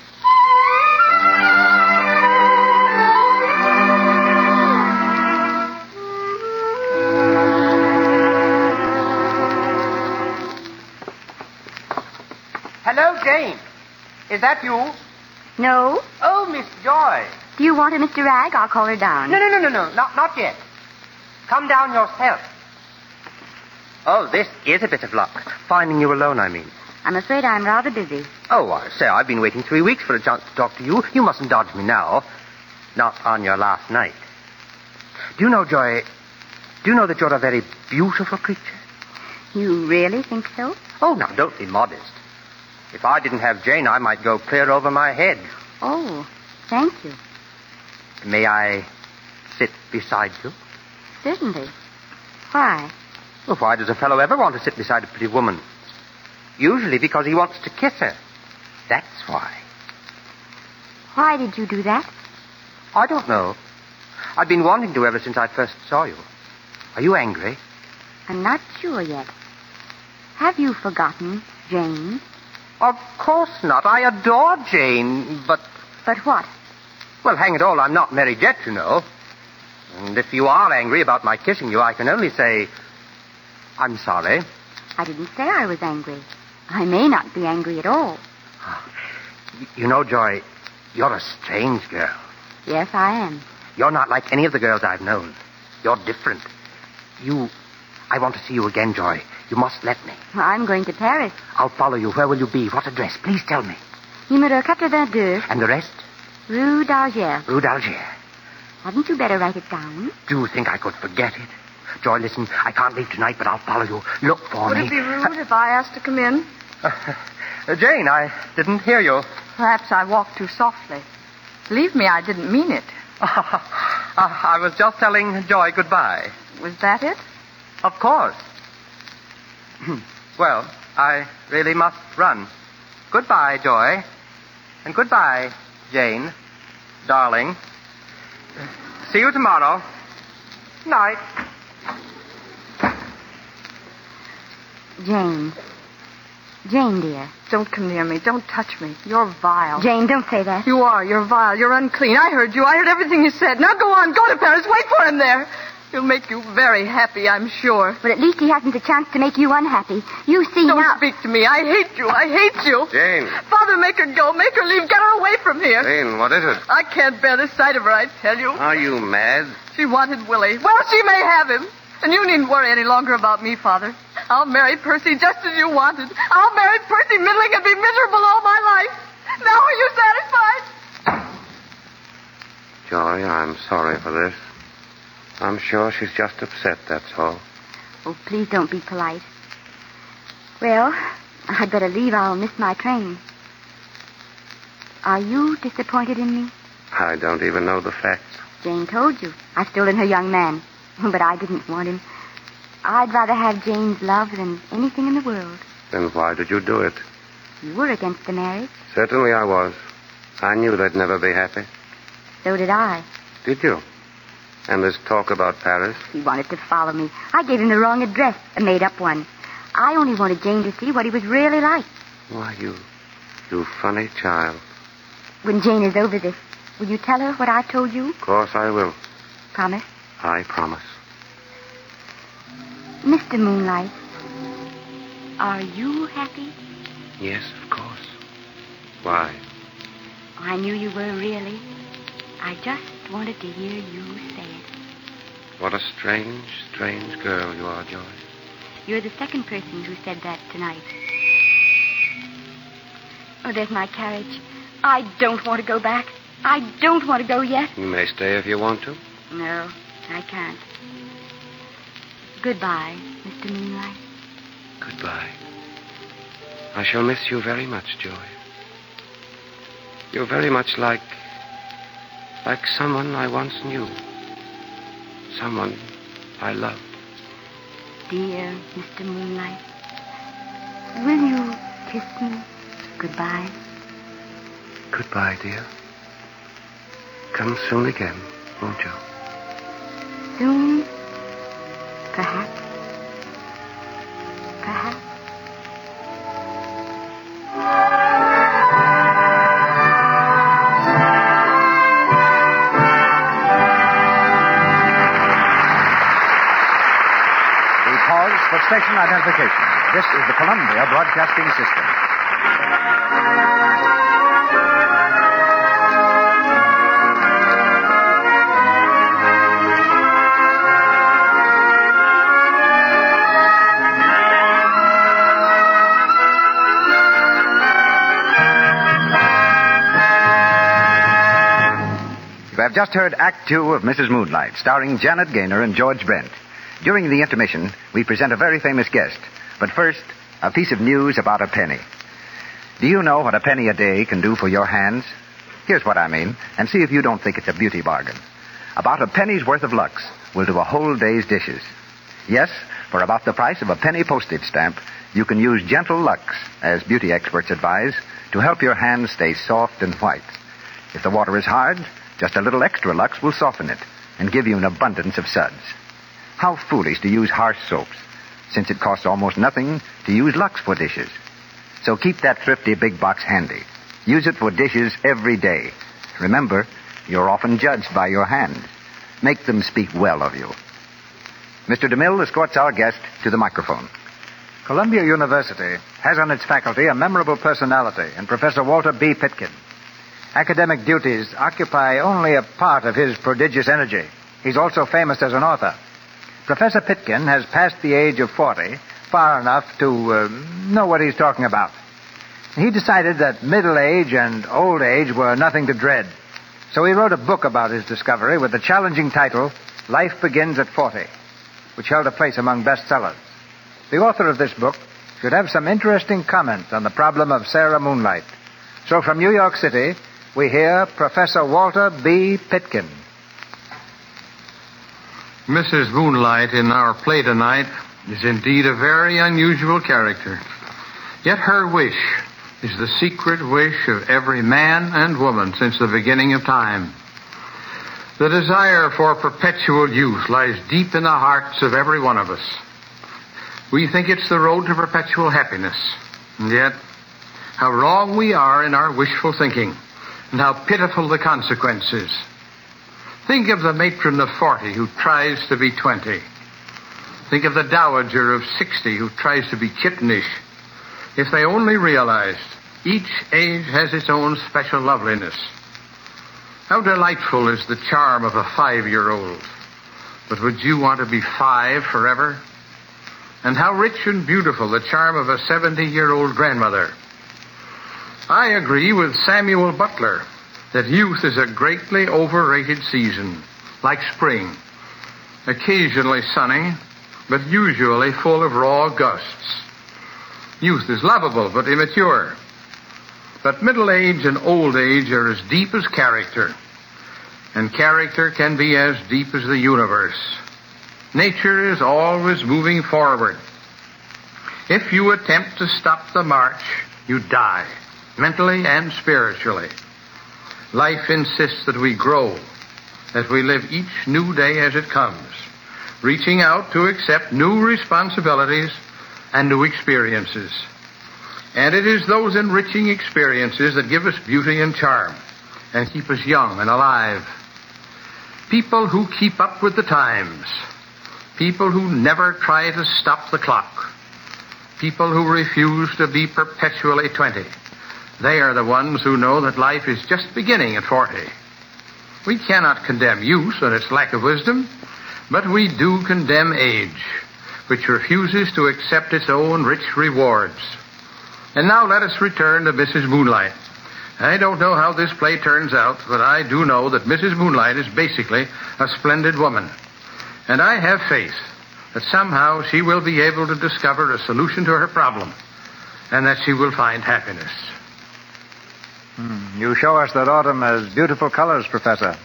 Speaker 14: Hello, Jane. Is that you?
Speaker 4: No?
Speaker 14: Oh, Miss Joy.
Speaker 4: Do you want her, Mr. Rag? I'll call her down.
Speaker 14: No, no, no, no, no. Not, not yet. Come down yourself. Oh, this is a bit of luck. Finding you alone, I mean.
Speaker 4: I'm afraid I'm rather busy.
Speaker 14: Oh, I say, I've been waiting three weeks for a chance to talk to you. You mustn't dodge me now. Not on your last night. Do you know, Joy, do you know that you're a very beautiful creature?
Speaker 4: You really think so?
Speaker 14: Oh, now, don't be modest. If I didn't have Jane, I might go clear over my head.
Speaker 4: Oh, thank you.
Speaker 14: May I sit beside you?
Speaker 4: Certainly. Why?
Speaker 14: Well, why does a fellow ever want to sit beside a pretty woman? Usually because he wants to kiss her. That's why.
Speaker 4: Why did you do that?
Speaker 14: I don't know. I've been wanting to ever since I first saw you. Are you angry?
Speaker 4: I'm not sure yet. Have you forgotten, Jane?
Speaker 14: Of course not. I adore Jane, but.
Speaker 4: But what?
Speaker 14: Well, hang it all, I'm not married yet, you know. And if you are angry about my kissing you, I can only say. I'm sorry.
Speaker 4: I didn't say I was angry. I may not be angry at all.
Speaker 14: You know, Joy, you're a strange girl.
Speaker 4: Yes, I am.
Speaker 14: You're not like any of the girls I've known. You're different. You. I want to see you again, Joy. You must let me.
Speaker 4: I'm going to Paris.
Speaker 14: I'll follow you. Where will you be? What address? Please tell me.
Speaker 4: Numéro 82,
Speaker 14: And the rest?
Speaker 4: Rue d'Alger.
Speaker 14: Rue d'Alger.
Speaker 4: Hadn't you better write it down?
Speaker 14: Do you think I could forget it? Joy, listen, I can't leave tonight, but I'll follow you. Look for
Speaker 10: Would
Speaker 14: me.
Speaker 10: it be rude if I asked to come in?
Speaker 14: Uh, Jane, I didn't hear you.
Speaker 10: Perhaps I walked too softly. Believe me, I didn't mean it.
Speaker 14: Uh, I was just telling Joy goodbye.
Speaker 10: Was that it?
Speaker 14: Of course. well, I really must run. Goodbye, Joy. And goodbye, Jane. Darling. See you tomorrow. Night.
Speaker 4: Jane. Jane, dear.
Speaker 10: Don't come near me. Don't touch me. You're vile.
Speaker 4: Jane, don't say that.
Speaker 10: You are. You're vile. You're unclean. I heard you. I heard everything you said. Now go on. Go to Paris. Wait for him there. He'll make you very happy, I'm sure.
Speaker 4: But at least he hasn't a chance to make you unhappy. You see
Speaker 10: Don't
Speaker 4: now.
Speaker 10: speak to me. I hate you. I hate you.
Speaker 7: Jane.
Speaker 10: Father, make her go. Make her leave. Get her away from here.
Speaker 7: Jane, what is it?
Speaker 10: I can't bear the sight of her, I tell you.
Speaker 7: Are you mad?
Speaker 10: She wanted Willie. Well, she may have him. And you needn't worry any longer about me, Father. I'll marry Percy just as you wanted. I'll marry Percy Middling and be miserable all my life. Now are you satisfied?
Speaker 7: Joy, I'm sorry for this. I'm sure she's just upset, that's all.
Speaker 4: Oh, please don't be polite. Well, I'd better leave. I'll miss my train. Are you disappointed in me?
Speaker 7: I don't even know the facts.
Speaker 4: Jane told you. I've stolen her young man. But I didn't want him. I'd rather have Jane's love than anything in the world.
Speaker 7: Then why did you do it?
Speaker 4: You were against the marriage.
Speaker 7: Certainly I was. I knew they'd never be happy.
Speaker 4: So did I.
Speaker 7: Did you? And this talk about Paris?
Speaker 4: He wanted to follow me. I gave him the wrong address, a made up one. I only wanted Jane to see what he was really like.
Speaker 7: Why, you. You funny child.
Speaker 4: When Jane is over this, will you tell her what I told you?
Speaker 7: Of course I will.
Speaker 4: Promise?
Speaker 7: I promise.
Speaker 4: Mr. Moonlight, are you happy?
Speaker 7: Yes, of course. Why?
Speaker 4: I knew you were really. I just wanted to hear you say it.
Speaker 7: What a strange, strange girl you are, Joy.
Speaker 4: You're the second person who said that tonight. Oh, there's my carriage. I don't want to go back. I don't want to go yet.
Speaker 7: You may stay if you want to.
Speaker 4: No, I can't. Goodbye, Mr. Moonlight.
Speaker 7: Goodbye. I shall miss you very much, Joy. You're very much like. like someone I once knew. Someone I loved.
Speaker 4: Dear Mr. Moonlight, will you kiss me goodbye?
Speaker 7: Goodbye, dear. Come soon again, won't you?
Speaker 4: Soon? Perhaps. Perhaps.
Speaker 15: We pause for station identification. This is the Columbia Broadcasting System.
Speaker 16: You have just heard Act Two of Mrs. Moonlight, starring Janet Gaynor and George Brent. During the intermission, we present a very famous guest. But first, a piece of news about a penny. Do you know what a penny a day can do for your hands? Here's what I mean, and see if you don't think it's a beauty bargain. About a penny's worth of Lux will do a whole day's dishes. Yes, for about the price of a penny postage stamp, you can use gentle Lux, as beauty experts advise, to help your hands stay soft and white. If the water is hard, just a little extra Lux will soften it and give you an abundance of suds. How foolish to use harsh soaps, since it costs almost nothing to use Lux for dishes. So keep that thrifty big box handy. Use it for dishes every day. Remember, you're often judged by your hands. Make them speak well of you. Mr. DeMille escorts our guest to the microphone.
Speaker 3: Columbia University has on its faculty a memorable personality in Professor Walter B. Pitkin. Academic duties occupy only a part of his prodigious energy. He's also famous as an author. Professor Pitkin has passed the age of 40 far enough to uh, know what he's talking about. He decided that middle age and old age were nothing to dread. So he wrote a book about his discovery with the challenging title, Life Begins at 40, which held a place among bestsellers. The author of this book should have some interesting comment on the problem of Sarah Moonlight. So from New York City, we hear Professor Walter B. Pitkin.
Speaker 17: Mrs. Moonlight in our play tonight is indeed a very unusual character. Yet her wish is the secret wish of every man and woman since the beginning of time. The desire for perpetual youth lies deep in the hearts of every one of us. We think it's the road to perpetual happiness. And yet, how wrong we are in our wishful thinking, and how pitiful the consequences. Think of the matron of 40 who tries to be 20. Think of the dowager of 60 who tries to be kittenish. If they only realized each age has its own special loveliness. How delightful is the charm of a five year old. But would you want to be five forever? And how rich and beautiful the charm of a 70 year old grandmother. I agree with Samuel Butler that youth is a greatly overrated season, like spring. Occasionally sunny, but usually full of raw gusts. Youth is lovable but immature. But middle age and old age are as deep as character. And character can be as deep as the universe. Nature is always moving forward. If you attempt to stop the march, you die, mentally and spiritually. Life insists that we grow, that we live each new day as it comes, reaching out to accept new responsibilities and new experiences. And it is those enriching experiences that give us beauty and charm and keep us young and alive. People who keep up with the times. People who never try to stop the clock. People who refuse to be perpetually 20. They are the ones who know that life is just beginning at 40. We cannot condemn youth and its lack of wisdom, but we do condemn age, which refuses to accept its own rich rewards. And now let us return to Mrs. Moonlight. I don't know how this play turns out, but I do know that Mrs. Moonlight is basically a splendid woman. And I have faith that somehow she will be able to discover a solution to her problem and that she will find happiness.
Speaker 3: Hmm, You show us that autumn has beautiful colors, Professor.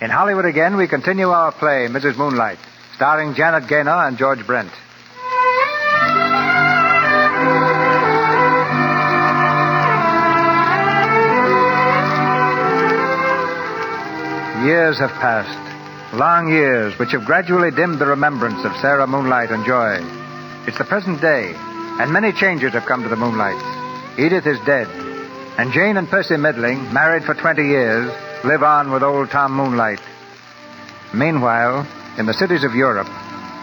Speaker 3: In Hollywood again, we continue our play, Mrs. Moonlight, starring Janet Gaynor and George Brent. Years have passed, long years which have gradually dimmed the remembrance of Sarah Moonlight and Joy. It's the present day, and many changes have come to the Moonlights. Edith is dead, and Jane and Percy Medling, married for 20 years, live on with old Tom Moonlight. Meanwhile, in the cities of Europe,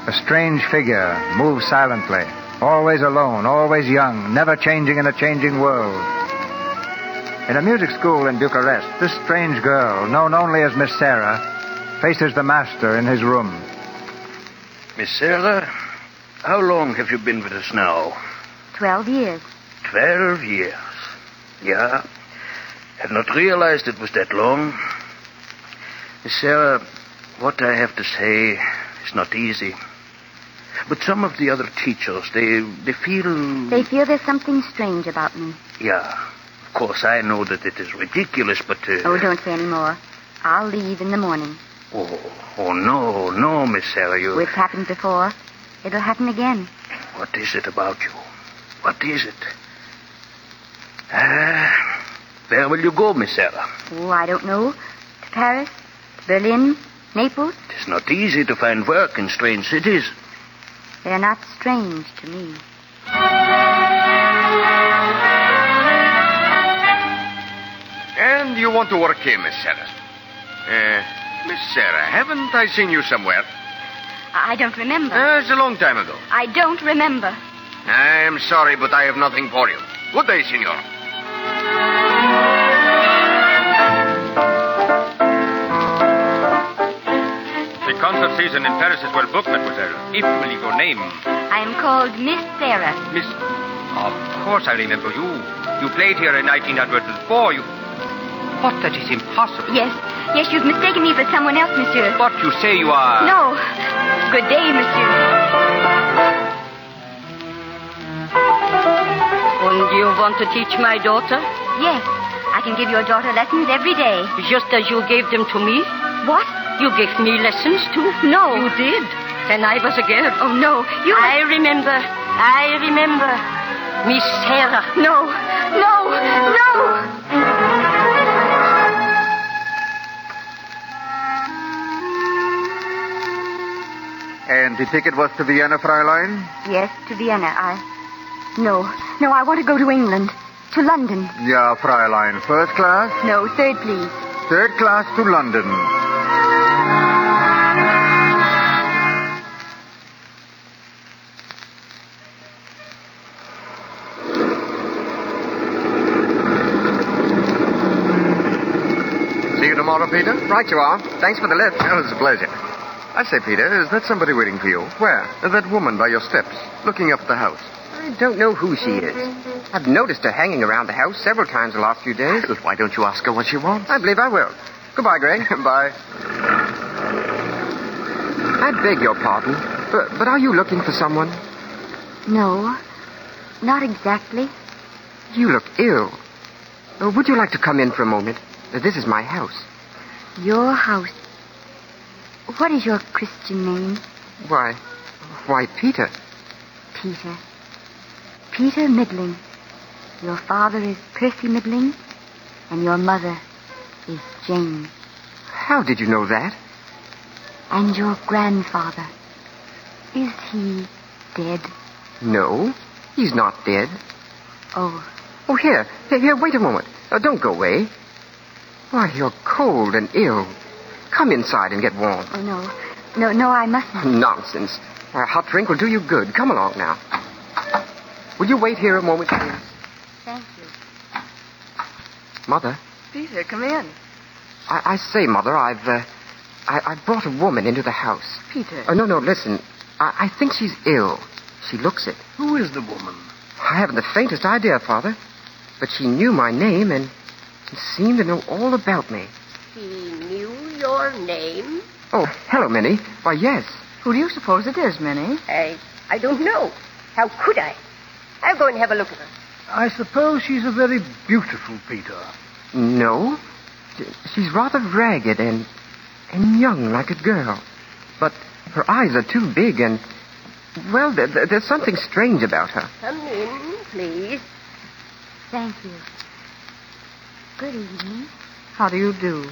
Speaker 3: a strange figure moves silently, always alone, always young, never changing in a changing world. In a music school in Bucharest, this strange girl, known only as Miss Sarah, faces the master in his room.
Speaker 12: Miss Sarah, how long have you been with us now?
Speaker 4: Twelve years.
Speaker 12: Twelve years. Yeah. Had not realized it was that long. Miss Sarah, what I have to say is not easy. But some of the other teachers, they, they feel.
Speaker 4: They feel there's something strange about me.
Speaker 12: Yeah. Of course, I know that it is ridiculous, but. Uh...
Speaker 4: Oh, don't say any more. I'll leave in the morning.
Speaker 12: Oh, oh, no, no, Miss Sarah, you.
Speaker 4: It's happened before. It'll happen again.
Speaker 12: What is it about you? What is it? Ah, where will you go, Miss Sarah?
Speaker 4: Oh, I don't know. To Paris, to Berlin, Naples.
Speaker 12: It's not easy to find work in strange cities.
Speaker 4: They're not strange to me.
Speaker 7: And you want to work here, Miss Sarah. Uh, Miss Sarah, haven't I seen you somewhere?
Speaker 4: I I don't remember.
Speaker 7: Uh, it's a long time ago.
Speaker 4: I don't remember.
Speaker 7: I'm sorry, but I have nothing for you. Good day, senor.
Speaker 14: The concert season in Paris is well booked, mademoiselle. If will your name?
Speaker 4: I am called Miss Sarah.
Speaker 14: Miss. Of course I remember you. You played here in 1904. You. But that is impossible.
Speaker 4: Yes. Yes, you've mistaken me for someone else, monsieur.
Speaker 14: But you say you are.
Speaker 4: No. Good day, monsieur.
Speaker 8: And you want to teach my daughter?
Speaker 4: Yes. I can give your daughter lessons every day.
Speaker 8: Just as you gave them to me?
Speaker 4: What?
Speaker 8: You gave me lessons too?
Speaker 4: No.
Speaker 8: You did. And I was a girl.
Speaker 4: Oh, no. You.
Speaker 8: I remember. I remember. Miss Sarah.
Speaker 4: No. No. No.
Speaker 16: And the ticket was to Vienna, Fräulein?
Speaker 4: Yes, to Vienna. I. No. No, I want to go to England. To London.
Speaker 16: Yeah, Fräulein. First class?
Speaker 4: No, third, please.
Speaker 16: Third class to London.
Speaker 7: See you tomorrow, Peter.
Speaker 16: Right you are. Thanks for the lift. Oh, it's a pleasure. I say, Peter, is that somebody waiting for you? Where? That woman by your steps, looking up at the house.
Speaker 13: I don't know who she is. I've noticed her hanging around the house several times the last few days.
Speaker 16: Why don't you ask her what she wants?
Speaker 13: I believe I will. Goodbye, Greg.
Speaker 16: Bye.
Speaker 13: I beg your pardon, but, but are you looking for someone?
Speaker 4: No. Not exactly.
Speaker 13: You look ill. Uh, Would you like to come in for a moment? Uh, This is my house.
Speaker 4: Your house. What is your Christian name?
Speaker 13: Why, why, Peter?
Speaker 4: Peter. Peter Middling. Your father is Percy Middling, and your mother is Jane.
Speaker 13: How did you know that?
Speaker 4: And your grandfather. Is he dead?
Speaker 13: No, he's not dead.
Speaker 4: Oh,
Speaker 13: Oh, here, here, here, wait a moment. Uh, don't go away. Why, you're cold and ill. Come inside and get warm.
Speaker 4: oh no. No, no, I mustn't.
Speaker 13: Nonsense. A hot drink will do you good. Come along now. Will you wait here a moment, please?
Speaker 4: Thank you.
Speaker 13: Mother,
Speaker 10: Peter, come in.
Speaker 13: I, I say, Mother, I've, uh, I, I've brought a woman into the house. Uh,
Speaker 10: Peter.
Speaker 13: Oh, no, no, listen. I, I think she's ill. She looks it.
Speaker 12: Who is the woman?
Speaker 13: I haven't the faintest idea, Father. But she knew my name and seemed to know all about me.
Speaker 6: He knew your name?
Speaker 13: Oh, hello, Minnie. Why, yes.
Speaker 18: Who do you suppose it is, Minnie?
Speaker 6: I, I don't know. How could I? I'll go and have a look at her.
Speaker 11: I suppose she's a very beautiful Peter.
Speaker 13: No. She's rather ragged and and young like a girl. But her eyes are too big and well, there, there- there's something strange about her.
Speaker 6: Come in, please.
Speaker 18: Thank you. Good evening. How do you do?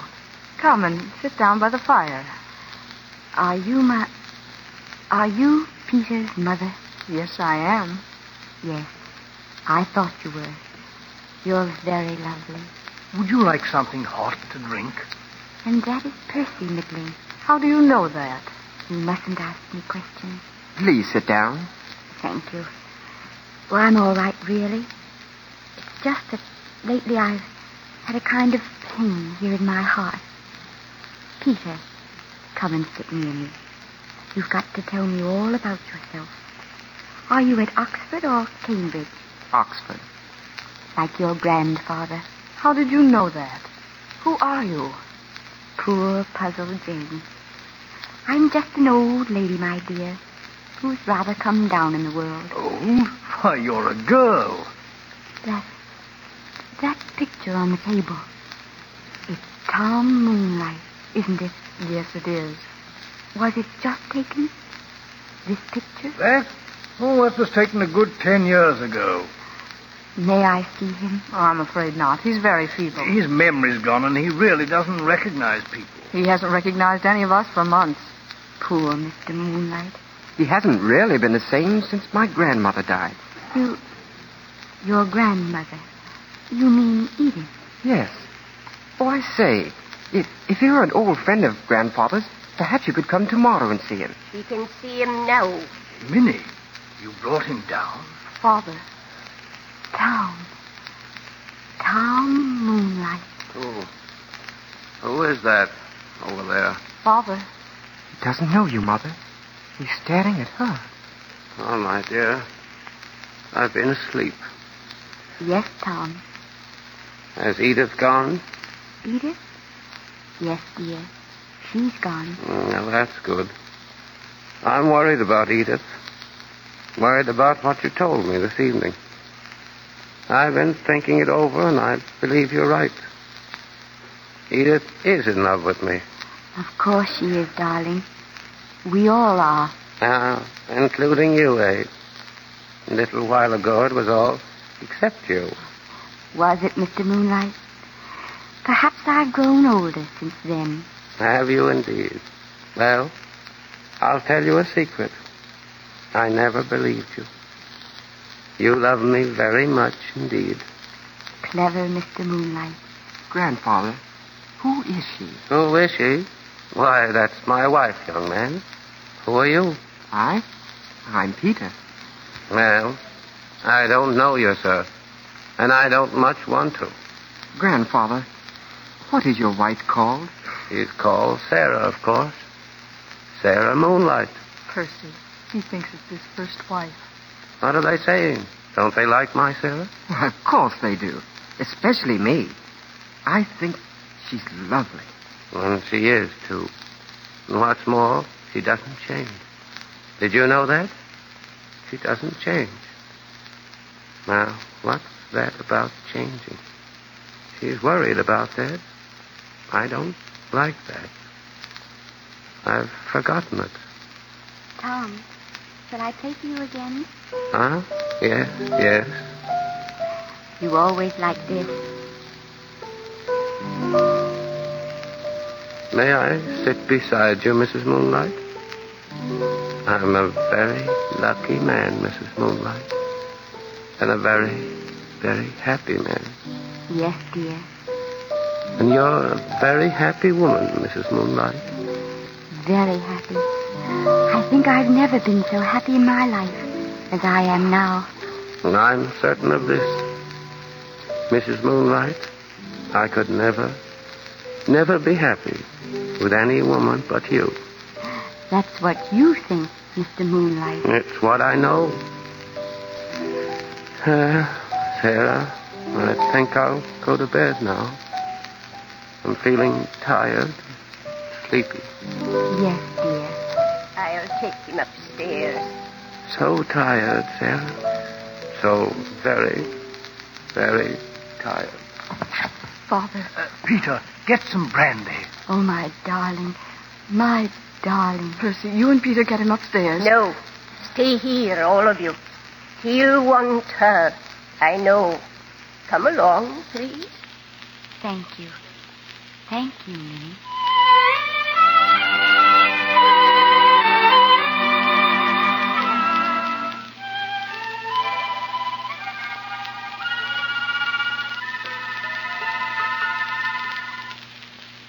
Speaker 18: Come and sit down by the fire.
Speaker 4: Are you my. Are you Peter's mother?
Speaker 18: Yes, I am.
Speaker 4: Yes. I thought you were. You're very lovely.
Speaker 11: Would you like something hot to drink?
Speaker 4: And that is Percy Middling.
Speaker 18: How do you know that?
Speaker 4: You mustn't ask me questions.
Speaker 13: Please sit down.
Speaker 4: Thank you. Well, I'm all right, really. It's just that lately I've had a kind of pain here in my heart. Peter, come and sit near me. You've got to tell me all about yourself. Are you at Oxford or Cambridge,
Speaker 13: Oxford.
Speaker 4: like your grandfather?
Speaker 18: How did you know that? Who are you?
Speaker 4: Poor puzzled Jane. I'm just an old lady, my dear, who's rather come down in the world.
Speaker 11: Old? Why, you're a girl.
Speaker 4: That that picture on the table. It's Tom Moonlight, isn't it?
Speaker 18: Yes, it is.
Speaker 4: Was it just taken? This picture?
Speaker 11: That? Oh, that was taken a good ten years ago.
Speaker 4: May I see him?
Speaker 18: Oh, I'm afraid not. He's very feeble.
Speaker 11: His memory's gone, and he really doesn't recognize people.
Speaker 18: He hasn't recognized any of us for months.
Speaker 4: Poor Mr. Moonlight.
Speaker 13: He hasn't really been the same since my grandmother died.
Speaker 4: You your grandmother. You mean Edith.
Speaker 13: Yes. Oh, I say, if, if you're an old friend of Grandfather's, perhaps you could come tomorrow and see him.
Speaker 6: She can see him now.
Speaker 11: Minnie, you brought him down?
Speaker 4: Father. Tom. Tom Moonlight.
Speaker 12: Who?
Speaker 11: Oh.
Speaker 12: Who is that over there?
Speaker 4: Father.
Speaker 13: He doesn't know you, Mother. He's staring at her.
Speaker 7: Oh, my dear. I've been asleep.
Speaker 4: Yes, Tom.
Speaker 7: Has Edith gone?
Speaker 4: Edith? Yes, dear. She's gone.
Speaker 7: Mm, Now, that's good. I'm worried about Edith. Worried about what you told me this evening. I've been thinking it over, and I believe you're right. Edith is in love with me,
Speaker 4: Of course she is, darling. We all are.
Speaker 7: uh, including you, eh? A little while ago, it was all except you.
Speaker 4: Was it, Mr. Moonlight? Perhaps I've grown older since then.
Speaker 7: Have you indeed? Well, I'll tell you a secret. I never believed you. You love me very much indeed.
Speaker 4: Clever Mr. Moonlight.
Speaker 13: Grandfather, who is she?
Speaker 7: Who is she? Why, that's my wife, young man. Who are you?
Speaker 13: I? I'm Peter.
Speaker 7: Well, I don't know you, sir. And I don't much want to.
Speaker 13: Grandfather, what is your wife called?
Speaker 7: She's called Sarah, of course. Sarah Moonlight.
Speaker 18: Percy. He thinks it's his first wife.
Speaker 7: What are they saying? Don't they like my Sarah?
Speaker 13: Of course they do. Especially me. I think she's lovely.
Speaker 7: And she is, too. And what's more, she doesn't change. Did you know that? She doesn't change. Now, what's that about changing? She's worried about that. I don't like that. I've forgotten it.
Speaker 4: Tom, shall I play for you again?
Speaker 7: Huh? Yes, yes.
Speaker 4: You always like this.
Speaker 7: May I sit beside you, Mrs. Moonlight? I'm a very lucky man, Mrs. Moonlight. And a very, very happy man.
Speaker 4: Yes, dear.
Speaker 7: And you're a very happy woman, Mrs. Moonlight.
Speaker 4: Very happy. I think I've never been so happy in my life as I am now.
Speaker 7: And I'm certain of this. Mrs. Moonlight, I could never, never be happy with any woman but you.
Speaker 4: That's what you think, Mr. Moonlight.
Speaker 7: It's what I know. Uh, Sarah, I think I'll go to bed now. I'm feeling tired, sleepy.
Speaker 6: Yes, dear. I'll take him upstairs.
Speaker 7: So tired, Sarah. So very, very tired.
Speaker 4: Father.
Speaker 11: Uh, Peter, get some brandy.
Speaker 4: Oh, my darling. My darling.
Speaker 5: Percy, you and Peter get him upstairs.
Speaker 6: No. Stay here, all of you. He'll want her. I know. Come along, please.
Speaker 4: Thank you. Thank you, Minnie.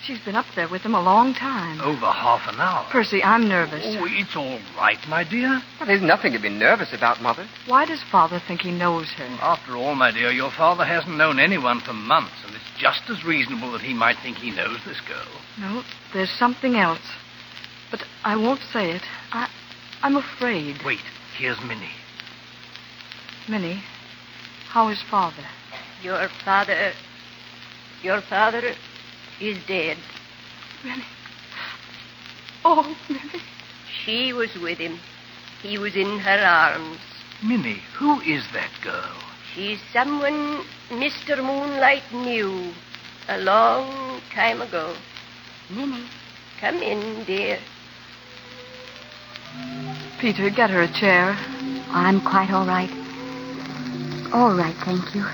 Speaker 5: She's been up there with him a long time.
Speaker 11: Over half an hour.
Speaker 5: Percy, I'm nervous.
Speaker 11: Oh, it's all right, my dear.
Speaker 19: Well, there's nothing to be nervous about, Mother.
Speaker 5: Why does Father think he knows her?
Speaker 11: After all, my dear, your father hasn't known anyone for months, and it's just as reasonable that he might think he knows this girl.
Speaker 5: No, there's something else. But I won't say it. I, I'm afraid.
Speaker 11: Wait, here's Minnie.
Speaker 5: Minnie, how is Father?
Speaker 6: Your father. Your father is dead.
Speaker 5: Minnie. Oh, Minnie.
Speaker 6: She was with him. He was in her arms.
Speaker 11: Minnie, who is that girl?
Speaker 6: She's someone Mr. Moonlight knew a long time ago. Minnie. Come in, dear.
Speaker 5: Peter, get her a chair.
Speaker 4: I'm quite all right. All right, thank you.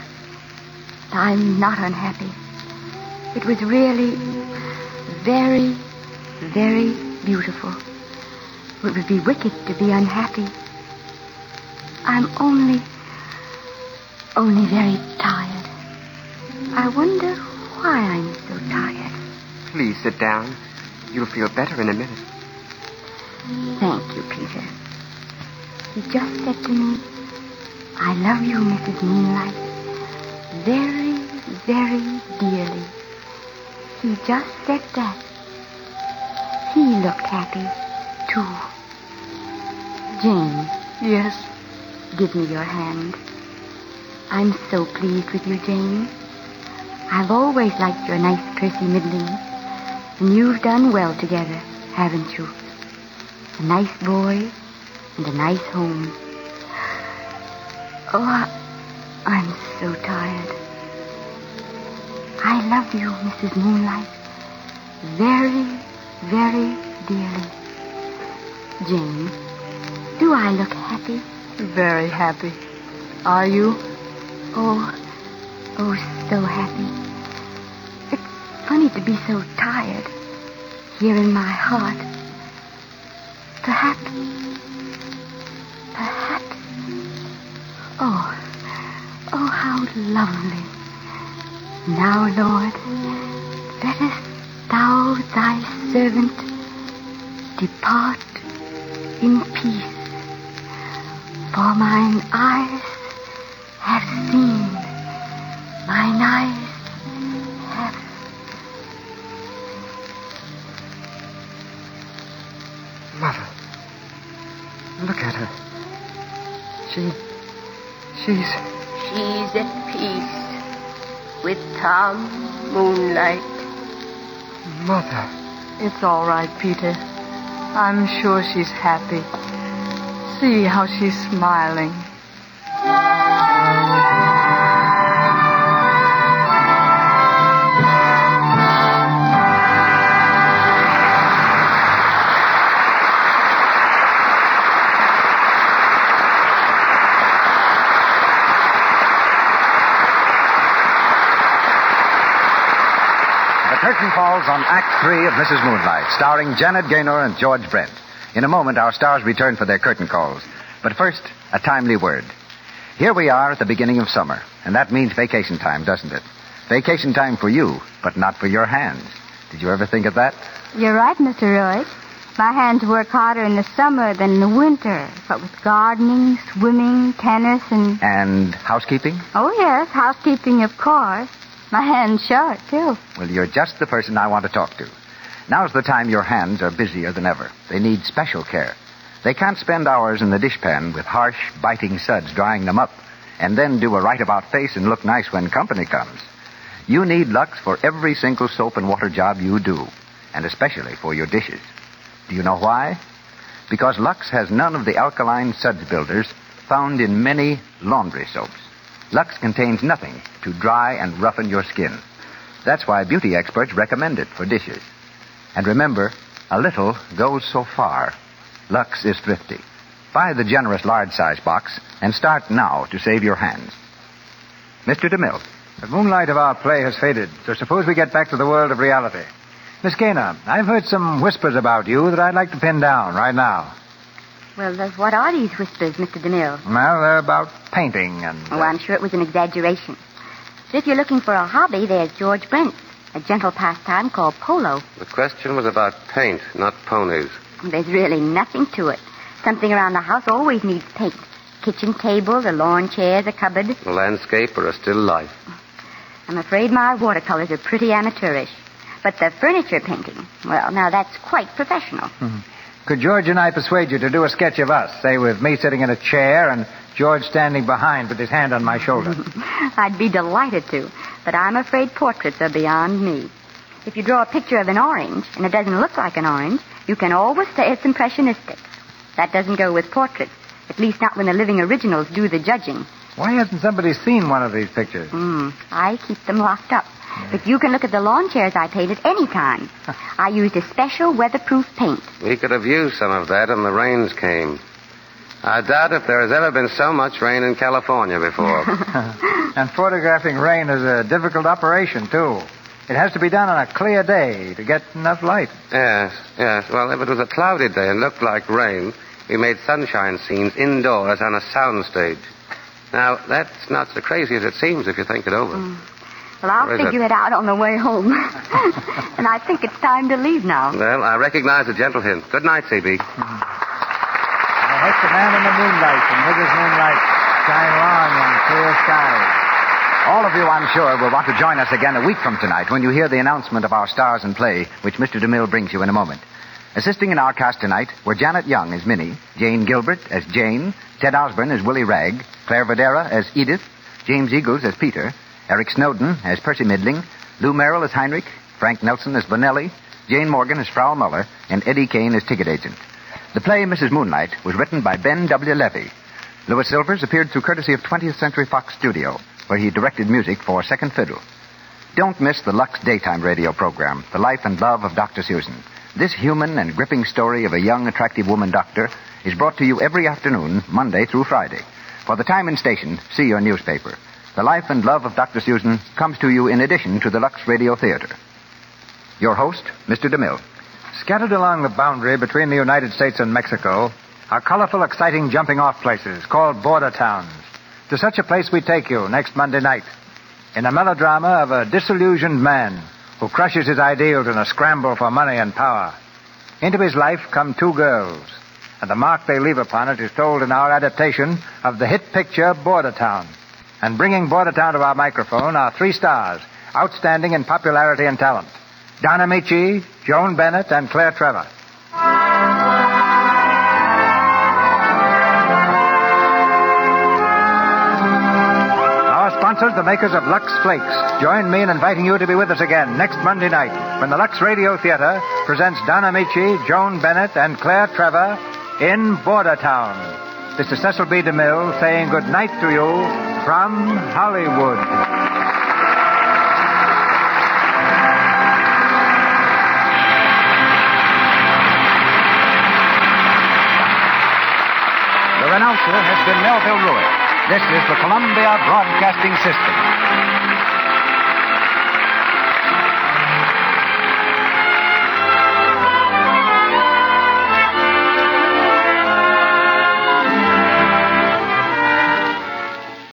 Speaker 4: I'm not unhappy. It was really very, very beautiful. It would be wicked to be unhappy. I'm only, only very tired. I wonder why I'm so tired.
Speaker 13: Please sit down. You'll feel better in a minute.
Speaker 4: Thank you, Peter. He just said to me, I love you, Mrs. Moonlight, very, very dearly. He just said that. He looked happy, too. Jane.
Speaker 5: Yes.
Speaker 4: Give me your hand. I'm so pleased with you, Jane. I've always liked your nice Percy Middling. And you've done well together, haven't you? A nice boy and a nice home. Oh, I, I'm so tired. I love you, Mrs. Moonlight, very, very dearly. Jane, do I look happy?
Speaker 5: Very happy. Are you?
Speaker 4: Oh, oh, so happy. It's funny to be so tired. Here in my heart. Perhaps. Perhaps. Oh, oh, how lovely. Now, Lord, lettest thou thy servant depart in peace. For mine eyes have seen, mine eyes have.
Speaker 13: Mother. Look at her. She. She's.
Speaker 6: She's at peace with Tom Moonlight.
Speaker 13: Mother.
Speaker 5: It's all right, Peter. I'm sure she's happy. See how she's smiling.
Speaker 16: The curtain falls on Act Three of Mrs. Moonlight, starring Janet Gaynor and George Brent. In a moment, our stars return for their curtain calls. But first, a timely word. Here we are at the beginning of summer, and that means vacation time, doesn't it? Vacation time for you, but not for your hands. Did you ever think of that?
Speaker 9: You're right, Mr. Roy. My hands work harder in the summer than in the winter, but with gardening, swimming, tennis, and.
Speaker 16: And housekeeping?
Speaker 9: Oh, yes, housekeeping, of course. My hands short, too.
Speaker 16: Well, you're just the person I want to talk to. Now's the time your hands are busier than ever. They need special care. They can't spend hours in the dishpan with harsh, biting suds drying them up. and then do a right about face and look nice when company comes. You need Lux for every single soap and water job you do, and especially for your dishes. Do you know why? Because Lux has none of the alkaline suds builders found in many laundry soaps. Lux contains nothing to dry and roughen your skin. That's why beauty experts recommend it for dishes. And remember, a little goes so far. Lux is thrifty. Buy the generous large size box and start now to save your hands. Mr. DeMille.
Speaker 3: The moonlight of our play has faded, so suppose we get back to the world of reality. Miss Gaynor, I've heard some whispers about you that I'd like to pin down right now.
Speaker 4: Well, uh, what are these whispers, Mr. DeMille?
Speaker 3: Well, they're about painting and.
Speaker 4: Oh, I'm sure it was an exaggeration. But if you're looking for a hobby, there's George Brent's, a gentle pastime called polo.
Speaker 7: The question was about paint, not ponies.
Speaker 4: There's really nothing to it. Something around the house always needs paint. Kitchen table, the lawn chairs, a cupboard.
Speaker 7: A landscape or a still life.
Speaker 4: I'm afraid my watercolors are pretty amateurish. But the furniture painting, well, now that's quite professional.
Speaker 3: Hmm. Could George and I persuade you to do a sketch of us, say with me sitting in a chair and George standing behind with his hand on my shoulder?
Speaker 4: I'd be delighted to, but I'm afraid portraits are beyond me. If you draw a picture of an orange and it doesn't look like an orange, you can always say it's impressionistic. That doesn't go with portraits, at least not when the living originals do the judging.
Speaker 3: Why hasn't somebody seen one of these pictures?
Speaker 4: Mm, I keep them locked up. But you can look at the lawn chairs I painted any time. I used a special weatherproof paint.
Speaker 7: We could have used some of that and the rains came. I doubt if there has ever been so much rain in California before.
Speaker 3: and photographing rain is a difficult operation, too. It has to be done on a clear day to get enough light.
Speaker 7: yes, yes. Well, if it was a cloudy day and looked like rain, we made sunshine scenes indoors on a soundstage. Now, that's not so crazy as it seems if you think it over.
Speaker 4: Well, I'll
Speaker 7: Where is
Speaker 4: figure it?
Speaker 7: it?
Speaker 4: out on the way home. and I think it's time to leave now.
Speaker 7: Well, I recognize the gentle hint. Good night, C.B.
Speaker 3: I hope the man in the moonlight and Mrs. Moonlight shine long on clear skies.
Speaker 16: All of you, I'm sure, will want to join us again a week from tonight when you hear the announcement of our stars in play, which Mr. DeMille brings you in a moment. Assisting in our cast tonight were Janet Young as Minnie, Jane Gilbert as Jane, Ted Osborne as Willie Ragg, Claire Vadera as Edith, James Eagles as Peter, Eric Snowden as Percy Midling, Lou Merrill as Heinrich, Frank Nelson as Bonelli, Jane Morgan as Frau Muller, and Eddie Kane as ticket agent. The play Mrs. Moonlight was written by Ben W. Levy. Louis Silvers appeared through courtesy of 20th Century Fox Studio, where he directed music for Second Fiddle. Don't miss the Lux Daytime radio program, The Life and Love of Dr. Susan. This human and gripping story of a young, attractive woman doctor is brought to you every afternoon, Monday through Friday. For the time and station, see your newspaper. The Life and Love of Dr. Susan comes to you in addition to the Lux Radio Theater. Your host, Mr. DeMille.
Speaker 3: Scattered along the boundary between the United States and Mexico are colorful, exciting jumping off places called border towns. To such a place we take you next Monday night in a melodrama of a disillusioned man who crushes his ideals in a scramble for money and power. Into his life come two girls, and the mark they leave upon it is told in our adaptation of the hit picture Border Town. And bringing Border Town to our microphone are three stars, outstanding in popularity and talent. Donna Michi, Joan Bennett, and Claire Trevor. Our sponsors, the makers of Lux Flakes, join me in inviting you to be with us again next Monday night when the Lux Radio Theater presents Donna Michi, Joan Bennett, and Claire Trevor in Border Town. This is Cecil B. DeMille saying good night to you from Hollywood.
Speaker 16: The announcer has been Melville Ruiz. This is the Columbia Broadcasting System.